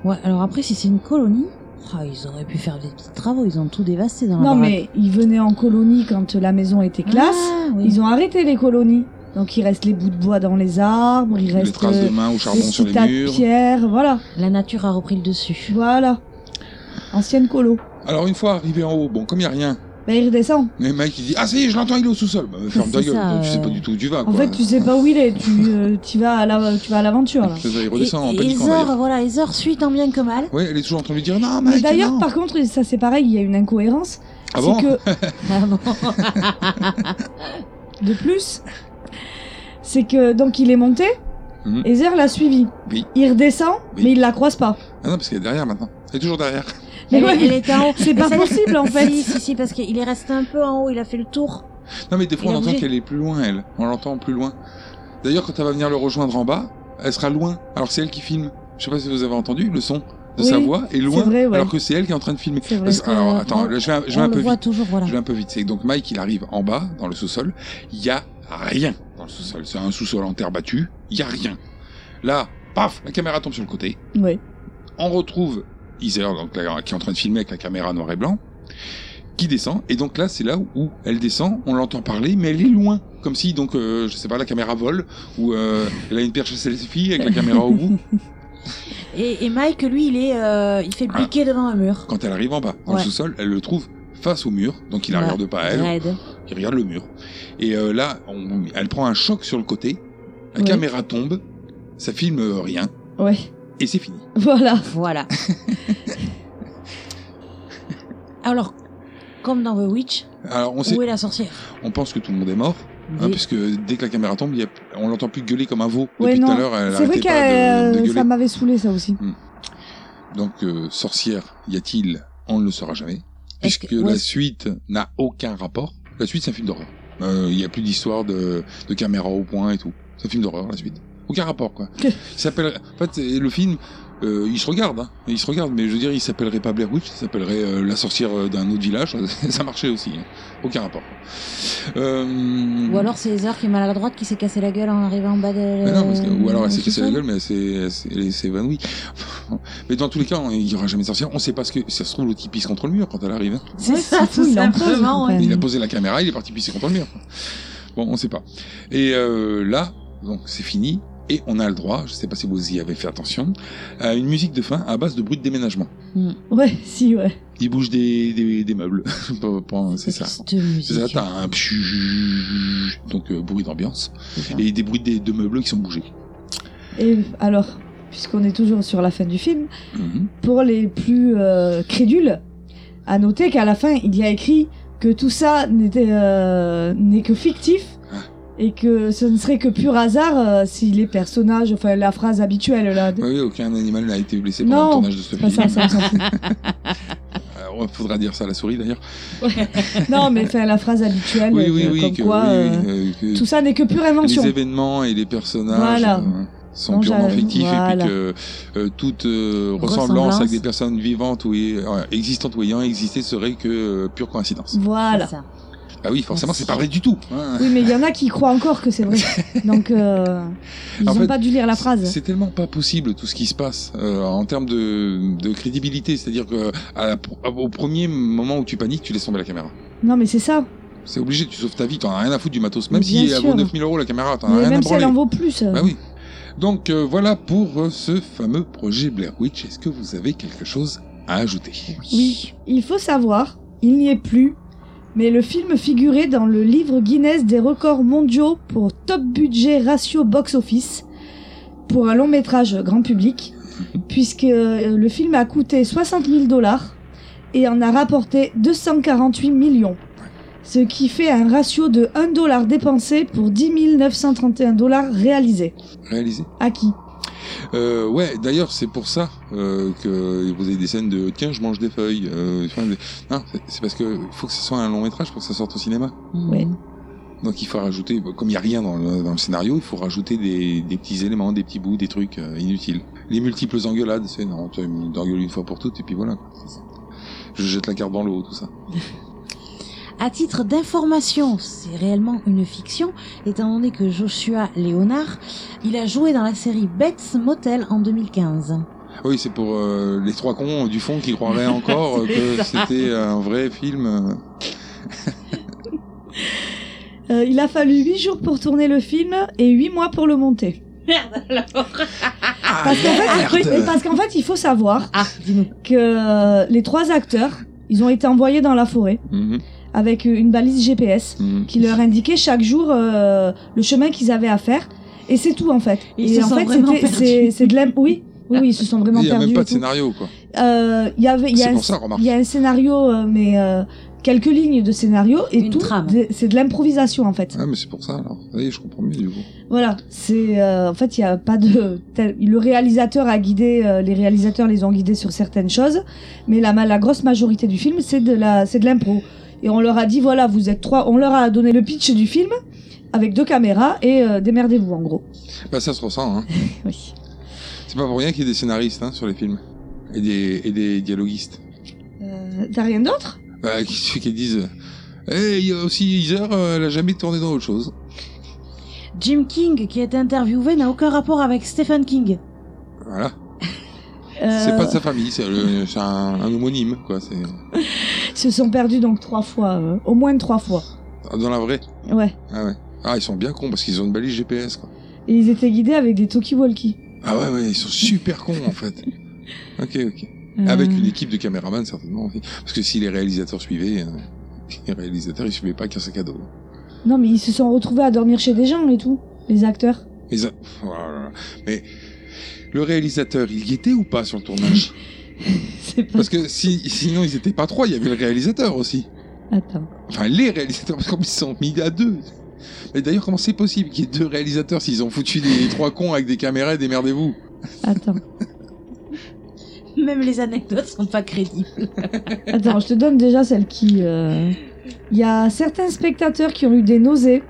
Ouais, alors après, si c'est une colonie, ah, ils auraient pu faire des petits travaux, ils ont tout dévasté dans la Non, baraque. mais ils venaient en colonie quand la maison était classe. Ah, oui. Ils ont arrêté les colonies. Donc, il reste les bouts de bois dans les arbres, il reste. euh, traces de mains au les charbon sur les petits tas de murs. pierres, voilà. La nature a repris le dessus. Voilà. Ancienne colo. Alors une fois arrivé en haut, bon, comme il n'y a rien, Ben, il redescend. mais Mike, il dit, ah, ça y est, je l'entends, il est au sous-sol. Bah, ferme ta c'est gueule, ça, toi, tu sais euh. pas du tout où tu vas, En quoi. fait, tu sais pas où il est, tu euh, t'y vas à la- tu vas à l'aventure. là. C'est ça, il redescend en paniquant, Ezor, d'ailleurs. voilà, Ezor suit tant bien que mal. Ouais, elle est toujours en train de lui dire, non, Mais Mike, d'ailleurs, non. par contre, ça c'est pareil, il y a une incohérence. Ah c'est bon que. Ah De plus, c'est que donc il est monté, Mhm. Ezor l'a suivi. Oui. Il redescend, Oui. mais il la croise pas. Ah non, parce qu'elle est derrière maintenant. Elle est toujours derrière. Mais Elle, ouais, elle était en haut. C'est Mais pas ça- possible en fait. Si, si, si, parce qu'il est resté un peu en haut, il a fait le tour. Non, mais des fois, Il on a entend bougé. qu'elle est plus loin, elle. On l'entend plus loin. D'ailleurs, quand elle va venir le rejoindre en bas, elle sera loin. Alors que c'est elle qui filme. Je sais pas si vous avez entendu le son de Oui, sa voix est loin, c'est vrai, ouais. alors que c'est elle qui est en train de filmer. C'est vrai. Parce- Parce que, alors euh, attends, on- là, je vais, un- je vais on un le peu voit vite. toujours, voilà. Je vais un peu vite. C'est que donc Mike, il arrive en bas, dans le sous-sol. Il y a rien dans le sous-sol. C'est un sous-sol en terre battue. Il y a rien. Là, paf, la caméra tombe sur le côté. Ouais. On retrouve Iser, donc là, qui est en train de filmer avec la caméra noir et blanc, qui descend. Et donc là, c'est là où elle descend. On l'entend parler, mais elle est loin, comme si donc euh, je sais pas, la caméra vole ou euh, elle a une perche à selfie avec la caméra au bout. Et, et Mike, lui, il est, euh, il fait le Voilà. piqué devant un mur. Quand elle arrive en bas, dans Ouais. le sous-sol, elle le trouve face au mur, donc il la Ouais, regarde pas elle, raide. il regarde le mur. Et euh, là, on- elle prend un choc sur le côté, la Oui. caméra tombe, ça filme euh, rien, Ouais. et c'est fini. Voilà. Voilà. Alors, comme dans The Witch, Alors on sait, où est la sorcière on pense que tout le monde est mort, hein, Oui. puisque dès que la caméra tombe, il y a- on l'entend plus gueuler comme un veau. ouais, Depuis non. tout à l'heure, elle C'est vrai arrêtait que pas de, de euh, gueuler. Hmm. ça m'avait saoulé ça aussi. Donc euh, sorcière, y a-t-il On ne le saura jamais, Est-ce puisque que- ouais. la suite n'a aucun rapport. La suite, c'est un film d'horreur. Il n'y a plus d'histoire de, de caméra au point et tout. C'est un film d'horreur, la suite. Aucun rapport, quoi. Il s'appelle... En fait, c'est- le film, euh, il se regarde, hein. Il se regarde, mais je veux dire, il s'appellerait pas Blair Witch, il s'appellerait euh, La sorcière euh, d'un autre village. Ça marchait aussi. hein. Aucun rapport. Euh, Ou alors c'est Heather qui est maladroite qui s'est cassé la gueule en arrivant en bas de. mais non, parce que- ou alors elle s'est du cassée la sous-sol. gueule, mais elle s'est- elle s'est elle s'est évanouie. mais dans tous les cas, on- il n'y aura jamais de sorcière. On sait pas ce que. Ça se trouve, l'autre il pisse contre le mur quand elle arrive. hein. C'est ça, tout simplement. Il a posé la caméra, il est parti pisser contre le mur. Bon, on sait pas. Et euh, là, donc c'est fini. Et on a le droit, je sais pas si vous y avez fait attention, à une musique de fin à base de bruit de déménagement. Ouais, si, ouais. Il bouge des, des, des meubles. Pour- pour- c'est ça. C'est ça, t'as un pshhh, donc euh, bruit d'ambiance. Et des bruits des- de meubles qui sont bougés. Et alors, puisqu'on est toujours sur la fin du film, Mhm. pour les plus euh, crédules, à noter qu'à la fin, il y a écrit que tout ça n'était, euh, n'est que fictif et que ce ne serait que pur hasard euh, si les personnages, enfin la phrase habituelle là. de- Oui, oui, aucun animal n'a été blessé pendant le Non, tournage de ce c'est pas film. ça, ça, on s'en fout. Alors, faudra dire ça à la souris d'ailleurs. non, mais enfin la phrase habituelle, Oui, euh, oui, oui. comme que- quoi oui, oui, euh, euh, que tout ça n'est que pure invention. Les événements et les personnages Voilà. euh, sont Non, purement j'a- fictifs et voilà. puis que euh, toute euh, ressemblance, Ressemblance. avec des personnes vivantes ou é- euh, existantes ou ayant existé serait que euh, pure coïncidence. Voilà. Ah oui, forcément, c'est pas vrai du tout. hein. Oui, mais il y en a qui croient encore que c'est vrai. Donc euh, ils En n'ont fait, pas dû lire la phrase. C'est tellement pas possible tout ce qui se passe euh, en termes de, de crédibilité. C'est-à-dire que à la pr- au premier moment où tu paniques, tu laisses tomber la caméra. Non, mais c'est ça. C'est obligé, tu sauves ta vie, t'en as rien à foutre du matos. Même Mais si bien elle vaut sûr. 9000 euros la caméra, t'en as Mais rien à même si elle branler. en vaut plus. euh, Bah oui. Donc euh, voilà pour euh, ce fameux projet Blair Witch. Est-ce que vous avez quelque chose à ajouter Oui, il faut savoir, il n'y est plus, mais le film figurait dans le livre Guinness des records mondiaux pour top budget ratio box office pour un long métrage grand public puisque euh, le film a coûté 60 000 dollars et en a rapporté 248 millions. Ce qui fait un ratio de 1 dollar dépensé pour 10 931 dollars réalisés. Réalisé. Acquis. Euh, ouais, d'ailleurs, c'est pour ça euh, que vous avez des scènes de tiens, je mange des feuilles. euh, enfin, des- non, c'est- c'est parce que il faut que ce soit un long métrage pour que ça sorte au cinéma. Ouais. Donc il faut rajouter, comme il n'y a rien dans le, dans le scénario, il faut rajouter des, des petits éléments, des petits bouts, des trucs euh, inutiles. Les multiples engueulades, c'est non, tu engueules une fois pour toutes et puis voilà. quoi. Je jette la carte dans l'eau, tout ça. À titre d'information, c'est réellement une fiction, étant donné que Joshua Leonard, il a joué dans la série Bates Motel en 2015. Ah Oui, c'est pour euh, les trois cons euh, du fond qui croiraient encore euh, C'est que ça. c'était un vrai film. euh. Euh, il a fallu 8 jours pour tourner le film et 8 mois pour le monter. Merde alors Parce qu'en fait, merde. oui, mais parce qu'en fait, il faut savoir que euh, les trois acteurs, ils ont été envoyés dans la forêt Mhm. avec une balise GPS qui leur indiquait chaque jour euh, le chemin qu'ils avaient à faire. Et c'est tout en fait. Ils et se en sont fait, vraiment c'était- perdus. c'est- c'est de l'im- Oui, oui, oui, ils se sont Il vraiment n'y a perdus. même et pas de tout. scénario, quoi. Euh, il y avait il y a C'est un- pour ça, remarque. il y a un scénario euh, mais euh, quelques lignes de scénario et tout de- c'est de l'improvisation en fait Ah, mais c'est pour ça, alors. Ça y est, je comprends mieux, du coup. voilà c'est euh, en fait il y a pas de tel- le réalisateur a guidé euh, les réalisateurs les ont guidés sur certaines choses mais la, ma- la grosse majorité du film c'est de la c'est de l'impro et on leur a dit voilà vous êtes trois on leur a donné le pitch du film avec deux caméras et euh, démerdez-vous en gros Bah, ça se ressent, hein. oui. C'est pas pour rien qu'il y ait des scénaristes, hein, sur les films. Et des, et des dialoguistes. Euh, t'as rien d'autre Bah, qui se fait qu'ils disent. Eh, il y a aussi Heather, euh, elle a jamais tourné dans autre chose. Jim King, qui a été interviewé, n'a aucun rapport avec Stephen King. Voilà. Euh, C'est pas de sa famille, c'est le- c'est un, un homonyme, quoi. C'est ils se sont perdus donc trois fois euh, au moins trois fois dans la vraie. ouais Ah ouais. Ah, ils sont bien cons parce qu'ils ont une balise GPS, quoi. Et ils étaient guidés avec des talkie-walkie. Ah ouais, ouais, ils sont super cons en fait. Ok, ok. Mmh. Euh. Avec Hmm. une équipe de caméramans certainement aussi. Parce que si les réalisateurs suivaient, euh, les réalisateurs ils suivaient pas qu'un sac à dos. Non, mais ils se sont retrouvés à dormir chez des gens et tout, les acteurs. Mais, ça- oh là là. mais le réalisateur, il y était ou pas sur le tournage Parce que si, sinon ils étaient pas trois, il y avait le réalisateur aussi. Attends. Enfin les réalisateurs, parce qu'en plus ils sont mis à deux. Mais d'ailleurs comment c'est possible qu'il y ait deux réalisateurs s'ils ont foutu des trois cons avec des caméras et démerdez-vous Attends. Même les anecdotes sont pas crédibles. Attends, je te donne déjà celle qui. euh, Il y a certains spectateurs qui ont eu des nausées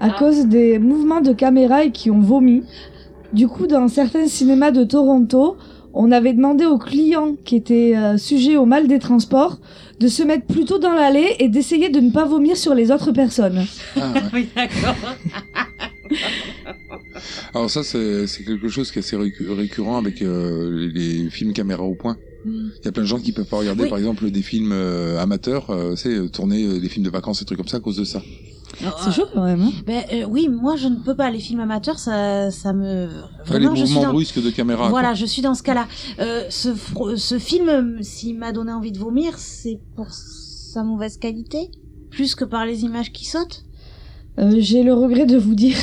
Ah. à cause des mouvements de caméra et qui ont vomi. Du coup, dans certains cinémas de Toronto, on avait demandé aux clients qui étaient euh, sujets au mal des transports de se mettre plutôt dans l'allée et d'essayer de ne pas vomir sur les autres personnes. oui, d'accord. Alors ça, c'est c'est quelque chose qui est assez récu- récurrent avec euh, les les films caméra au point. Mm. Il y a plein de gens qui peuvent pas regarder, Oui. par exemple, des films euh, amateurs, euh, c'est euh, tourner euh, des films de vacances, des trucs comme ça, à cause de ça. C'est chaud quand même. hein. Ben, euh, oui, moi je ne peux pas. Les films amateurs, ça, ça me. Enfin, les je suis mouvements dans- brusques de caméra. Voilà, quoi. je suis dans ce cas-là. Euh, ce, fro- ce film, euh, s'il m'a donné envie de vomir, c'est pour sa mauvaise qualité, plus que par les images qui sautent. Euh, J'ai le regret de vous dire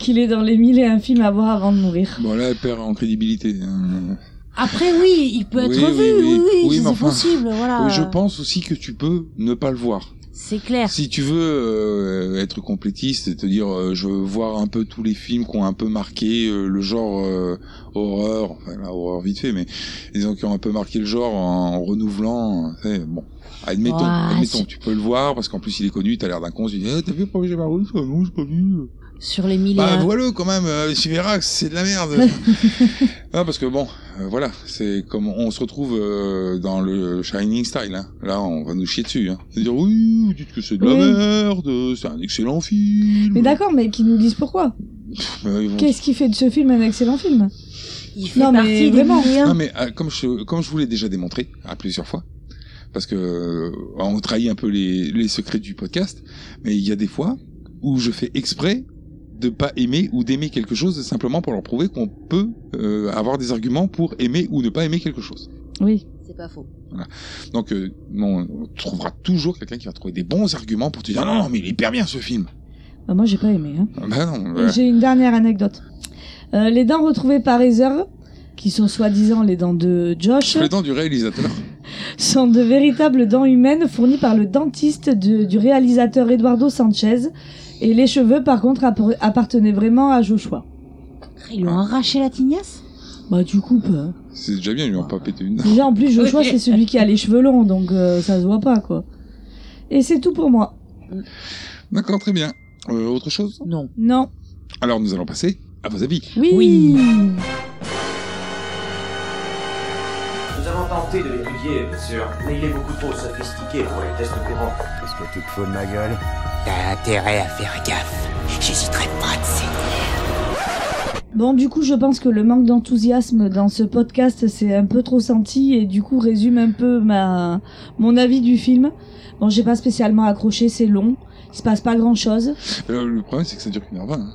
qu'il est dans les mille et un films à voir avant de mourir. Bon, là, elle perd en crédibilité. hein. Après, oui, il peut Oui, être oui, vu, oui, oui. oui, Oui, c'est mais enfin, possible, voilà. Oui, je pense aussi que tu peux ne pas le voir. C'est clair. Si tu veux euh, être complétiste, et te dire euh, je veux voir un peu tous les films qui ont un peu marqué euh, le genre euh, horreur, enfin là, horreur vite fait, mais disons qui ont un peu marqué le genre en, en renouvelant. euh, c'est- bon, admettons, Ouah, admettons, c'est- tu peux le voir parce qu'en plus il est connu, t'as l'air d'un con, tu dis Eh, t'as vu Projet Marouille Ah Non, j'ai pas vu. Sur les mille et Bah un- voilà quand même, euh, tu verras que c'est de la merde. ah, parce que bon, euh, voilà, c'est comme on se retrouve euh, dans le Shining style. hein. Là, on va nous chier dessus. Hein. Dire oui, vous dites que c'est de la Oui. merde, c'est un excellent film. Mais d'accord, mais qu'ils nous disent pourquoi. Euh, ils vont- Qu'est-ce qui fait de ce film un excellent film Il fait non, mais vraiment. Non, mais euh, comme je, comme je vous l'ai déjà démontré à plusieurs fois, parce que euh, on trahit un peu les, les secrets du podcast, mais il y a des fois où je fais exprès de pas aimer ou d'aimer quelque chose simplement pour leur prouver qu'on peut euh, avoir des arguments pour aimer ou ne pas aimer quelque chose. Oui. C'est pas faux. Voilà. Donc euh, non, on trouvera toujours quelqu'un qui va trouver des bons arguments pour te dire non, non mais il est hyper bien ce film. Bah, moi, j'ai pas aimé. Hein. Ah Bah non. Et voilà. J'ai une dernière anecdote. Euh, les dents retrouvées par Heather, qui sont soi-disant les dents de Josh, Les dents du réalisateur. sont de véritables dents humaines fournies par le dentiste de- du réalisateur Eduardo Sanchez. Et les cheveux, par contre, appre- appartenaient vraiment à Joshua. Ils lui ont arraché la tignasse Bah, tu coupes. hein. C'est déjà bien, ils lui ont pas pété une. Déjà, en plus, Joshua, c'est celui qui a les cheveux longs, donc euh, ça se voit pas, quoi. Et c'est tout pour moi. D'accord, très bien. Euh, autre chose Non. Non. Alors nous allons passer à vos avis. Oui. Nous avons tenté de l'étudier, bien sûr, mais il est beaucoup trop sophistiqué pour les tests courants. Qu'est-ce que tu te fous de ma gueule T'as intérêt à faire gaffe. J'hésiterai pas de Bon, du coup, je pense que le manque d'enthousiasme dans ce podcast c'est un peu trop senti et du coup résume un peu ma mon avis du film. Bon, j'ai pas spécialement accroché, c'est long, il se passe pas grand-chose. Euh, le problème, c'est que ça dure qu'une heure vingt. hein.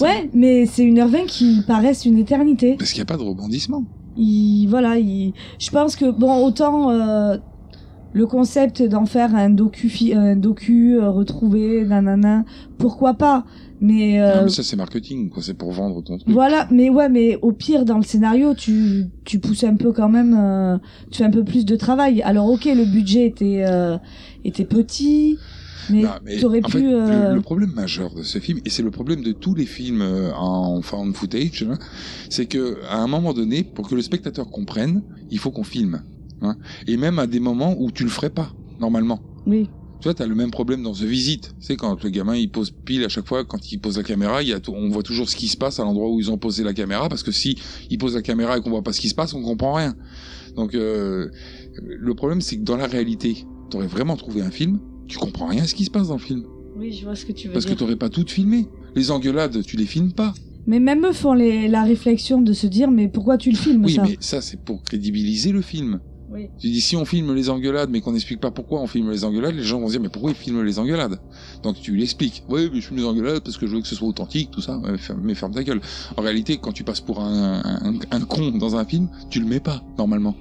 Ouais, mais c'est 1h20 qui paraissent une éternité. Parce qu'il n'y a pas de rebondissement. Il voilà, il je pense que bon, autant euh, le concept d'en faire un docu fi- un docu euh, retrouvé nanana, pourquoi pas Mais euh, Ah, mais ça, c'est marketing, quoi. C'est pour vendre ton truc. Voilà, mais ouais, mais au pire, dans le scénario, tu, tu pousses un peu quand même, euh, tu fais un peu plus de travail. Alors, ok, le budget était, euh, était petit, mais, Ah, mais t'aurais en pu. fait, le- euh, le, problème majeur de ce film, et c'est le problème de tous les films euh, en found footage, hein, c'est que à un moment donné, pour que le spectateur comprenne, il faut qu'on filme. hein. Et même à des moments où tu le ferais pas, normalement. Oui. Tu vois, t'as le même problème dans The Visit. C'est quand le gamin, il pose pile à chaque fois, quand il pose la caméra, il y a tout- on voit toujours ce qui se passe à l'endroit où ils ont posé la caméra, parce que si ils posent la caméra et qu'on voit pas ce qui se passe, on comprend rien. Donc, euh, le problème, c'est que dans la réalité, t'aurais vraiment trouvé un film, tu comprends rien à ce qui se passe dans le film. Oui, je vois ce que tu veux Parce que dire. t'aurais pas tout filmé. Les engueulades, tu les filmes pas. Mais même eux font les, la réflexion de se dire, mais pourquoi tu le filmes Oui, ça mais ça, c'est pour crédibiliser le film. Oui. Tu dis, si on filme les engueulades, mais qu'on n'explique pas pourquoi on filme les engueulades, les gens vont se dire, mais pourquoi ils filment les engueulades Donc tu l'expliques. Oui, mais je filme les engueulades parce que je veux que ce soit authentique, tout ça. Ouais, ferme- Mais ferme ta gueule. En réalité, quand tu passes pour un, un- un con dans un film, tu le mets pas, normalement.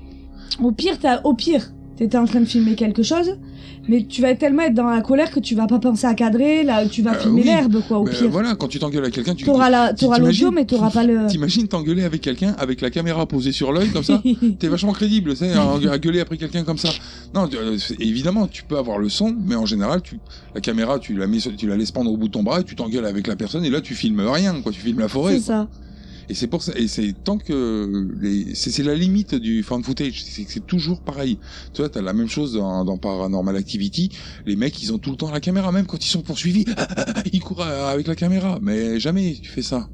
Au pire, t'as, au pire, t'étais en train de filmer quelque chose, mais tu vas tellement être dans la colère que tu vas pas penser à cadrer, là, tu vas Euh, filmer oui. l'herbe, quoi, au Mais, euh, pire. Voilà, quand tu t'engueules avec quelqu'un, tu T'auras la- tu- t'auras l'audio, t'imagines- mais t'auras pas le- T'imagines t'engueuler avec quelqu'un avec la caméra posée sur l'œil comme ça T'es vachement crédible, tu sais, à à gueuler après quelqu'un comme ça. Non, tu- euh, c'est- évidemment, tu peux avoir le son, mais en général, tu, la caméra, tu la, mets, sur- tu la laisses pendre au bout de ton bras et tu t'engueules avec la personne et là, tu filmes rien, quoi. Tu filmes la forêt. C'est quoi. ça. Et c'est pour ça, et c'est tant que les, c'est c'est la limite du fan footage, c'est que c'est toujours pareil. Tu vois, t'as la même chose dans, dans Paranormal Activity, les mecs ils ont tout le temps la caméra, même quand ils sont poursuivis, ils courent euh, avec la caméra, mais jamais tu fais ça.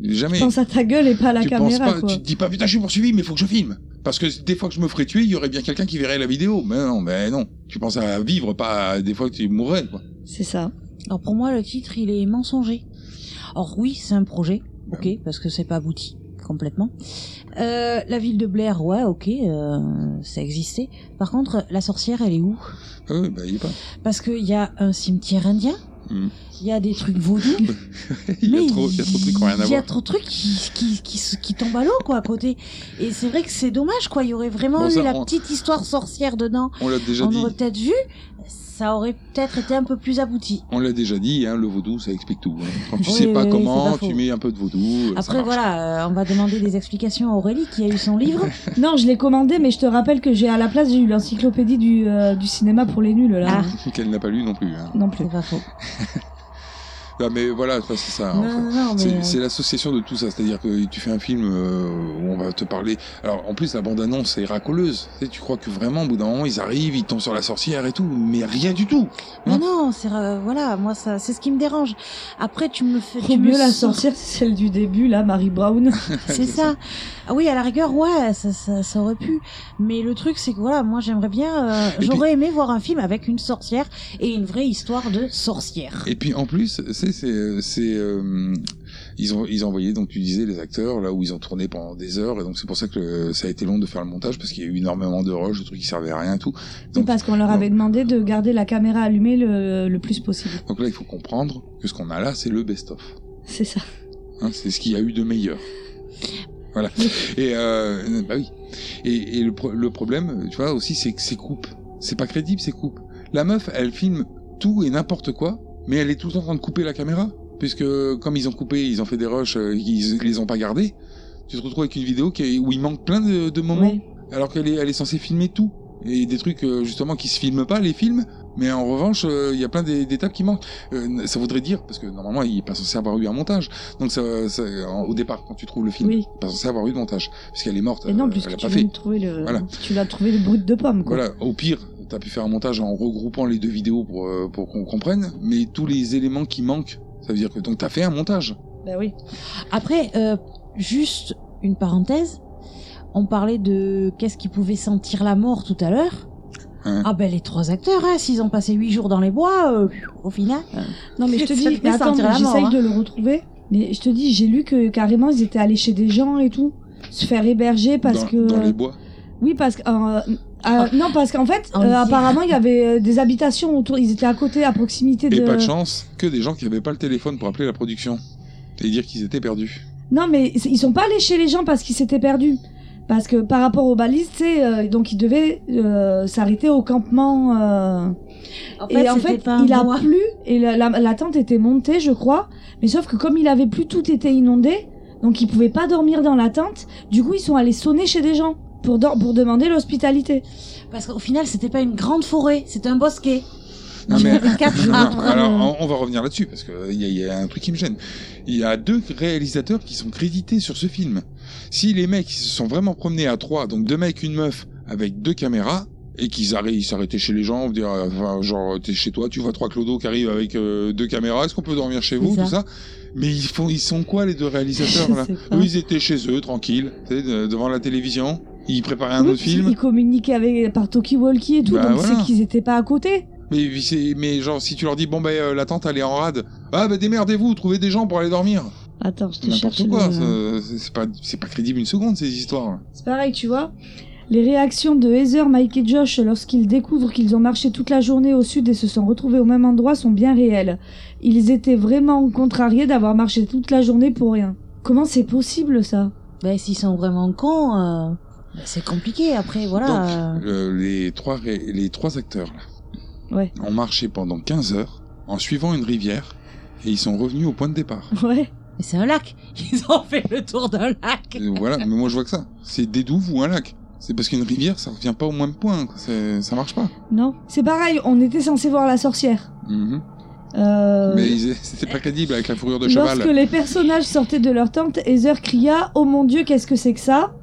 Jamais. Pense à ta gueule et pas à la tu penses caméra, pas, quoi. tu te dis pas putain je suis poursuivi mais faut que je filme. Parce que des fois que je me ferais tuer, il y aurait bien quelqu'un qui verrait la vidéo. Mais non, mais non. Tu penses à vivre, pas à des fois que tu mourrais, quoi. C'est ça. Alors pour moi, le titre, il est mensonger. Or oui, c'est un projet, ok, parce que c'est pas abouti complètement. Euh, la ville de Blair, ouais, ok, euh, ça existait. Par contre, la sorcière, elle est où Ah oui, bah il est pas. Parce qu'il y a un cimetière indien, Hmm. il y a des trucs vaudous, il, y a trop, il y a trop de trucs qui ont rien à il y a voir. trop de trucs qui, qui, qui, se- qui tombent à l'eau, quoi, à côté. Et c'est vrai que c'est dommage, quoi, il y aurait vraiment Bon, ça, eu la on- petite histoire sorcière dedans. On l'a déjà on dit. aurait peut-être vu, ça aurait peut-être été un peu plus abouti. On l'a déjà dit, hein, le vaudou, ça explique tout. hein. Quand tu Oui, sais pas oui, oui, c'est comment, pas faux. tu mets un peu de vaudou. euh, ça Après, marche. voilà, euh, on va demander des explications à Aurélie qui a eu son livre. Non, je l'ai commandé, mais je te rappelle que j'ai à la place j'ai eu l'encyclopédie du, euh, du cinéma pour les nuls Ah, là. Qu'elle n'a pas lu non plus. hein. Non plus. C'est pas faux. Ah, mais voilà, tu vois, c'est ça. en Non, fait. non, non, mais, c'est euh, c'est l'association de tout ça. C'est-à-dire que tu fais un film euh, où on va te parler. Alors, en plus, la bande-annonce est racoleuse. Tu, sais, tu crois que vraiment, au bout d'un moment, ils arrivent, ils tombent sur la sorcière et tout, mais rien du tout. Mais non, c'est euh, voilà, moi ça, c'est ce qui me dérange. Après, tu me fais, Au tu me mieux la sors- sorcière, c'est celle du début là, Mary Brown. C'est ça. Ah oui, à la rigueur, ouais, ça, ça, ça aurait pu. Mais le truc, c'est que voilà, moi j'aimerais bien, euh, j'aurais aimé voir un film avec une sorcière et une vraie histoire de sorcière. Et puis en plus, c'est c'est euh, c'est euh, ils ont ils ont envoyé donc tu disais les acteurs là où ils ont tourné pendant des heures et donc c'est pour ça que euh, ça a été long de faire le montage parce qu'il y a eu énormément de rush, de trucs qui servaient à rien et tout. Oui, parce qu'on leur avait demandé de garder la caméra allumée le, le plus possible. Donc là, il faut comprendre que ce qu'on a là, c'est le best-of. C'est ça. Hein, c'est ce qu'il y a eu de meilleur. Voilà. Et euh, bah oui. Et, et le, pro- le problème, tu vois aussi, c'est que ces coupes, c'est pas crédible ces coupes. La meuf, elle filme tout et n'importe quoi, mais elle est tout le temps en train de couper la caméra, puisque comme ils ont coupé, ils ont fait des rushs, euh, ils, ils les ont pas gardés. Tu tu te retrouves avec une vidéo qui, où il manque plein de, de moments, alors qu'elle est, elle est censée filmer tout. Et des trucs euh, justement qui se filment pas, les films, mais en revanche, euh, il y a plein d'é- d'étapes qui manquent. Euh, ça voudrait dire, parce que normalement, il est pas censé avoir eu un montage. Donc ça, ça- en- au départ, quand tu trouves le film, il est pas censé avoir eu de montage, parce qu'elle est morte. Et non, euh, puisque elle a tu pas viens fait. de trouver le, Voilà. tu l'as trouvé le brut de pomme, quoi. Voilà, au pire, t'as pu faire un montage en regroupant les deux vidéos pour, euh, pour qu'on comprenne, mais tous les éléments qui manquent, ça veut dire que donc t'as fait un montage. Bah oui. Après, euh, juste une parenthèse. On parlait de qu'est-ce qui pouvait sentir la mort tout à l'heure. Hein. Ah ben les trois acteurs, hein, s'ils ont passé huit jours dans les bois, euh, au final. Non, mais je te ça dis, devait mais attends, sentir mais la mort, j'essaye hein. de le retrouver. Mais je te dis, j'ai lu que carrément ils étaient allés chez des gens et tout, se faire héberger parce dans, que. euh, dans les bois. Oui, parce que. euh, euh, non, parce qu'en fait, En euh, hiver. apparemment, il y avait euh, des habitations autour. Ils étaient à côté, à proximité de. Et pas de chance que des gens qui avaient pas le téléphone pour appeler la production et dire qu'ils étaient perdus. Non, mais c'est- ils sont pas allés chez les gens parce qu'ils s'étaient perdus. Parce que par rapport aux balises, tu sais, euh, donc ils devaient euh, s'arrêter au campement. euh, En fait, et en c'était fait, pas un il a bois. plu et la, la- la tente était montée, je crois. Mais sauf que comme il avait plu, tout était inondé. Donc ils pouvaient pas dormir dans la tente. Du coup, ils sont allés sonner chez des gens pour, dor- pour demander l'hospitalité. Parce qu'au final, c'était pas une grande forêt, c'était un bosquet. Non, mais- Quatre Non, arbres. Ah, alors, on, on va revenir là-dessus parce qu'il y, a- y a un truc qui me gêne. Il y a deux réalisateurs qui sont crédités sur ce film. Si les mecs ils se sont vraiment promenés à trois, donc deux mecs, une meuf, avec deux caméras, et qu'ils arri- ils s'arrêtaient chez les gens, on dire, euh, enfin, genre, t'es chez toi, tu vois trois clodos qui arrivent avec euh, deux caméras, est-ce qu'on peut dormir chez vous, C'est tout ça. ça Mais ils font, ils sont quoi les deux réalisateurs Je là sais pas. Eux, ils étaient chez eux, tranquilles, tu sais, de- devant la télévision, ils préparaient un autre film. Ils communiquaient avec, par talkie-walkie et tout, Bah donc voilà. c'est qu'ils étaient pas à côté. Mais, c'est- mais genre, si tu leur dis, bon, bah, euh, la tente, elle est en rade. Ah, bah, démerdez-vous, trouvez des gens pour aller dormir. Attends, je te cherche N'importe quoi, le- ça- c'est- c'est pas, c'est pas crédible une seconde, ces histoires. C'est pareil, tu vois. Les réactions de Heather, Mike et Josh lorsqu'ils découvrent qu'ils ont marché toute la journée au sud et se sont retrouvés au même endroit sont bien réelles. Ils étaient vraiment contrariés d'avoir marché toute la journée pour rien. Comment c'est possible ça Ben, s'ils sont vraiment cons, euh, ben, c'est compliqué après, voilà. Donc, euh, les, trois, ré- les trois acteurs, là, Ouais. ont marché pendant 15 heures en suivant une rivière et ils sont revenus au point de départ. Ouais. Mais c'est un lac. Ils ont fait le tour d'un lac. Euh, voilà, mais moi, je vois que ça. C'est des douves ou un lac. C'est parce qu'une rivière, ça revient pas au même point, quoi. C'est- ça marche pas. Non C'est pareil, on était censé voir la sorcière. Mhm. Euh, Mais ils- c'était pas crédible avec la fourrure de cheval. Lorsque les personnages sortaient de leur tente, Heather cria Oh mon dieu, qu'est-ce que c'est que ça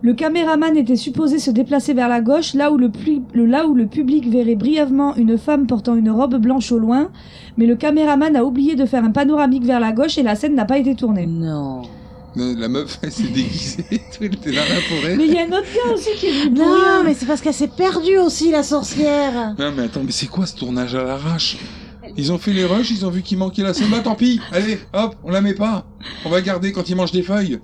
Le caméraman était supposé se déplacer vers la gauche, là où le, pli- le- là où le public verrait brièvement une femme portant une robe blanche au loin, mais le caméraman a oublié de faire un panoramique vers la gauche et la scène n'a pas été tournée. Non. La la meuf, elle s'est déguisée, tout, elle était dans la forêt. Mais il y a un autre gars aussi qui est hein. venu pour Non, rien. mais c'est parce qu'elle s'est perdue aussi, la sorcière. Non mais attends, mais c'est quoi ce tournage à l'arrache Ils ont fait les rushs, ils ont vu qu'il manquait la scène. Bah tant pis, allez, hop, on la met pas. On va garder quand il mange des feuilles.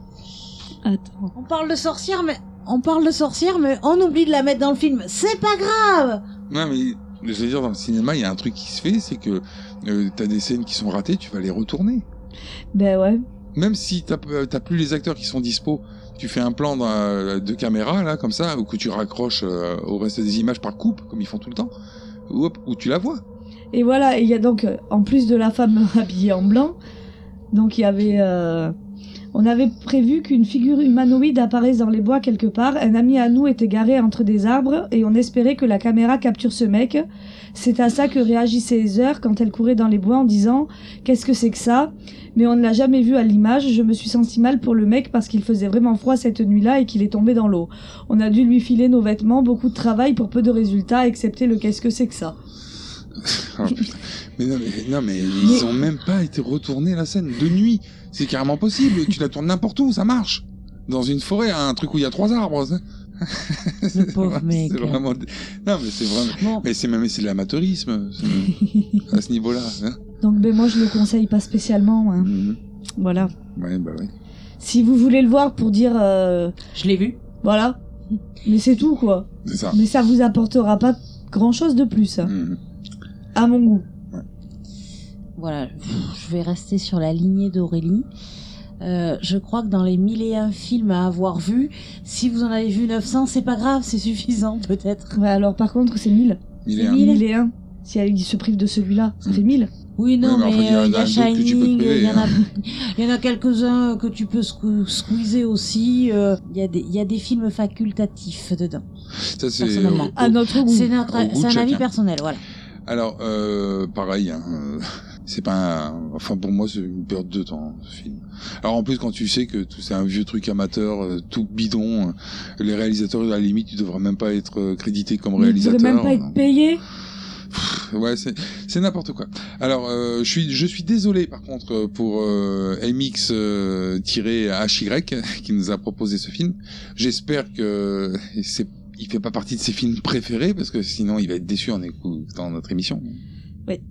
On parle de sorcière, mais on parle de sorcière, mais on oublie de la mettre dans le film. C'est pas grave. Non mais je veux dire dans le cinéma, il y a un truc qui se fait, c'est que euh, t'as des scènes qui sont ratées, tu vas les retourner. Ben ouais. Même si t'as euh, t'as plus les acteurs qui sont dispo, tu fais un plan d'un- de caméra là comme ça, ou que tu raccroches euh, au reste des images par coupe, comme ils font tout le temps, ou hop, ou tu la vois. Et voilà, et il y a donc, euh, en plus de la femme habillée en blanc, donc il y avait. euh, on avait prévu qu'une figure humanoïde apparaisse dans les bois quelque part. Un ami à nous était garé entre des arbres et on espérait que la caméra capture ce mec. C'est à ça que réagissait Heather quand elle courait dans les bois en disant Qu'est-ce que c'est que ça Mais on ne l'a jamais vu à l'image. Je me suis senti mal pour le mec parce qu'il faisait vraiment froid cette nuit-là et qu'il est tombé dans l'eau. On a dû lui filer nos vêtements, beaucoup de travail pour peu de résultats, excepté le Qu'est-ce que c'est que ça Oh, putain. mais, non, mais non, mais ils Mais- ont même pas été retournés la scène de nuit. C'est carrément possible. tu la tournes n'importe où, ça marche. Dans une forêt, un truc où il y a trois arbres. ça. Le pauvre mec. C'est vraiment. Non, mais c'est vraiment. Mais c'est même c'est de l'amateurisme c'est- à ce niveau-là. hein. Mhm. Donc ben moi je le conseille pas spécialement. hein. Voilà. Ouais, bah ouais. Si vous voulez le voir pour dire. euh, Je l'ai vu. Voilà. Mais c'est tout quoi. C'est ça. Mais ça vous apportera pas grand chose de plus. hein. À mon goût. Voilà, je vais rester sur la lignée d'Aurélie. Euh, je crois que dans les 1001 films à avoir vus, si vous en avez vu 900, c'est pas grave, c'est suffisant peut-être. Ouais, alors par contre c'est 1000. Mille et C'est un. 1000 et un. Si elle se prive de celui-là, ça fait 1000. Oui, non, Oui, mais mais enfin, il y euh, a il y a un doute que tu peux te Shining, il priver, y en a, hein. il y en a quelques-uns que tu peux squeezer squeezer aussi. euh, Il y, a des- il y a des films facultatifs dedans. Ça, c'est. personnellement. au- À notre goût. C'est notre- Au goût de c'est un avis chacun. personnel, voilà. Alors, euh, pareil, hein, euh, c'est pas. un- Enfin, pour moi, c'est une perte de temps, ce film. Alors, en plus, quand tu sais que tout- c'est un vieux truc amateur, euh, tout bidon, euh, les réalisateurs, à la limite, tu devrais même pas être euh, crédité comme Il devrait réalisateur. hein, même pas être payé. Ouais, c'est c'est n'importe quoi. Alors, euh, je suis je suis désolé par contre euh, pour euh, MX euh, tiré HY qui nous a proposé ce film. J'espère que euh, c'est il fait pas partie de ses films préférés parce que sinon il va être déçu en écoutant notre émission. Ouais.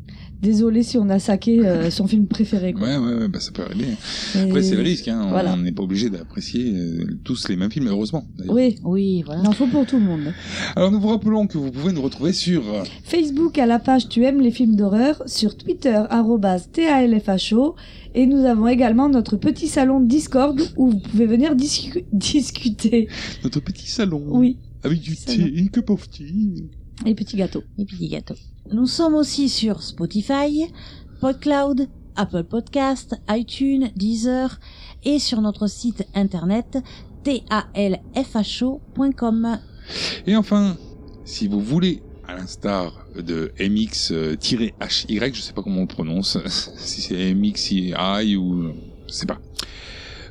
Désolé si on a saqué euh, son film préféré. Quoi. Ouais, ouais, ouais, bah ça peut arriver. Et- Après, c'est le risque. Hein. On- Voilà. On n'est pas obligé d'apprécier euh, tous les mêmes films, heureusement. d'ailleurs. Oui, oui, voilà. Il en faut pour tout le monde. Alors, nous vous rappelons que vous pouvez nous retrouver sur euh, Facebook à la page Tu aimes les films d'horreur, sur Twitter arrobase TALFHO et nous avons également notre petit salon Discord où vous pouvez venir discu- discuter. notre petit salon. Oui. Avec du Salon. thé, une cup of tea. Les petits gâteaux. Les petits gâteaux. Nous sommes aussi sur Spotify, PodCloud, Apple Podcast, iTunes, Deezer et sur notre site internet talfho.com. Et enfin, si vous voulez, à l'instar de euh, MX-HY, je sais pas comment on le prononce, si c'est MXI ou je sais pas.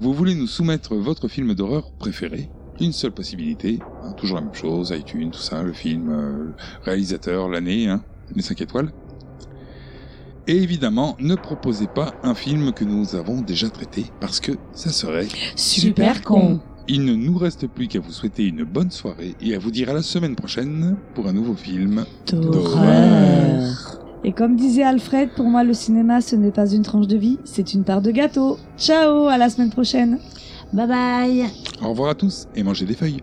Vous voulez nous soumettre votre film d'horreur préféré une seule possibilité, hein, toujours la même chose, iTunes, tout ça, le film, euh, le réalisateur, l'année, hein, les 5 étoiles. Et évidemment, ne proposez pas un film que nous avons déjà traité, parce que ça serait... Super con. Il ne nous reste plus qu'à vous souhaiter une bonne soirée et à vous dire à la semaine prochaine pour un nouveau film d'horreur. Et comme disait Alfred, pour moi le cinéma ce n'est pas une tranche de vie, c'est une part de gâteau. Ciao, à la semaine prochaine. Bye bye. Au revoir à tous et mangez des feuilles.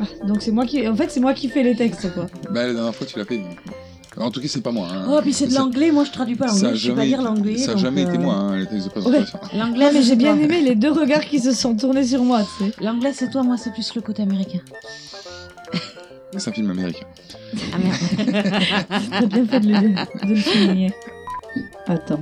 Ah, Donc c'est moi qui. En fait, c'est moi qui fais les textes, quoi. Bah, la dernière fois, tu l'as fait. En tout cas, c'est pas moi. hein. Oh, puis c'est de Ça- l'anglais, moi je traduis pas Ça a l'anglais, je sais pas jamais lire été- l'anglais. Ça a donc, jamais été euh, moi, hein, les textes de Ouais. présentation. L'anglais, mais j'ai bien aimé. aimé les deux regards qui se sont tournés sur moi, tu sais. L'anglais, c'est toi, moi, c'est plus le côté américain. C'est un film américain. Ah merde. T'as bien fait de le, de le souligner. Attends.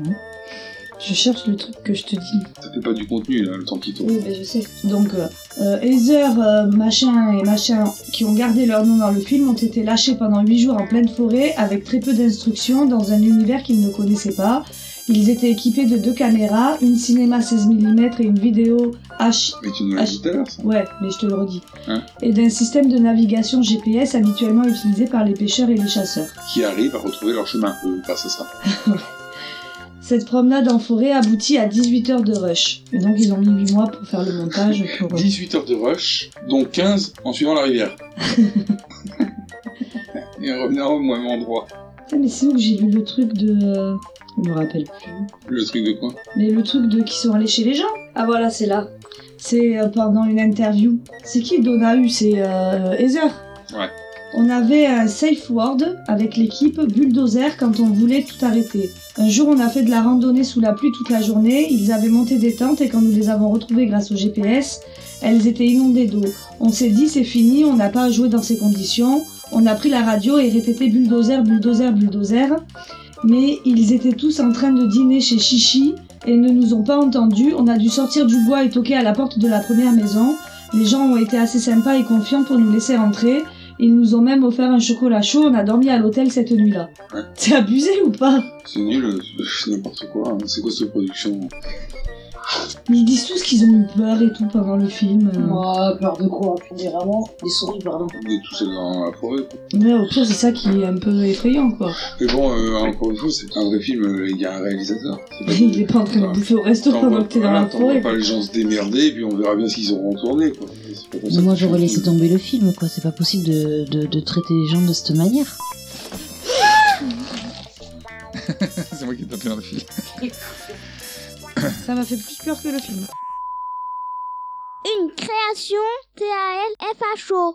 Je cherche le truc que je te dis. Ça fait pas du contenu, là, le temps qui Oui, ben je sais. Donc, euh, euh, Heather, euh, machin et machin, qui ont gardé leur nom dans le film, ont été lâchés pendant 8 jours en pleine forêt, avec très peu d'instructions, dans un univers qu'ils ne connaissaient pas. Ils étaient équipés de deux caméras, une cinéma 16 mm et une vidéo H. Mais tu nous l'as dit tout à l'heure, ça. Ouais, mais je te le redis. Hein Et d'un système de navigation GPS habituellement utilisé par les pêcheurs et les chasseurs. Qui arrivent à retrouver leur chemin, eux, grâce à ça. Cette promenade en forêt aboutit à 18 heures de rush. Et donc ils ont mis 8 mois pour faire le montage. Pour... 18 heures de rush, dont 15 en suivant la rivière. Et revenir au même endroit. Ah, mais c'est où que j'ai vu le truc de... Je me rappelle plus. Le truc de quoi Mais le truc de qui sont allés chez les gens Ah voilà, c'est là. C'est euh, pendant une interview. C'est qui Donahue C'est euh, Heather. Ouais. On avait un safe word avec l'équipe bulldozer quand on voulait tout arrêter. Un jour, on a fait de la randonnée sous la pluie toute la journée. Ils avaient monté des tentes et quand nous les avons retrouvées grâce au GPS, elles étaient inondées d'eau. On s'est dit, c'est fini, on n'a pas à jouer dans ces conditions. On a pris la radio et répété bulldozer, bulldozer, bulldozer. Mais ils étaient tous en train de dîner chez Chichi et ne nous ont pas entendus. On a dû sortir du bois et toquer à la porte de la première maison. Les gens ont été assez sympas et confiants pour nous laisser entrer. Ils nous ont même offert un chocolat chaud. On a dormi à l'hôtel cette nuit-là. Ouais. C'est abusé ou pas C'est nul, euh, c'est n'importe quoi. hein. C'est quoi cette production hein Mais ils disent tous qu'ils ont eu peur et tout pendant le film. euh. peur de quoi Puis vraiment, les souris, pardon. On est tous dans la forêt. quoi. Mais au pire, c'est ça qui est un peu effrayant, quoi. Mais bon, euh, encore une fois, c'est un vrai film, euh, il y a un réalisateur. C'est pas- Il est pas en train de bouffer au resto T'en pendant vois que t'es dans la voilà, t'en vois forêt. pas les gens se démerder, et puis on verra bien ce qu'ils auront tourné. Quoi. C'est pas comme ça Mais moi, que tu j'aurais fais un laissé film. tomber le film, quoi. C'est pas possible de, de, de traiter les gens de cette manière. c'est moi qui ai tapé dans le film. Ça m'a fait plus peur que le film. Une création T-A-L-F-H-O.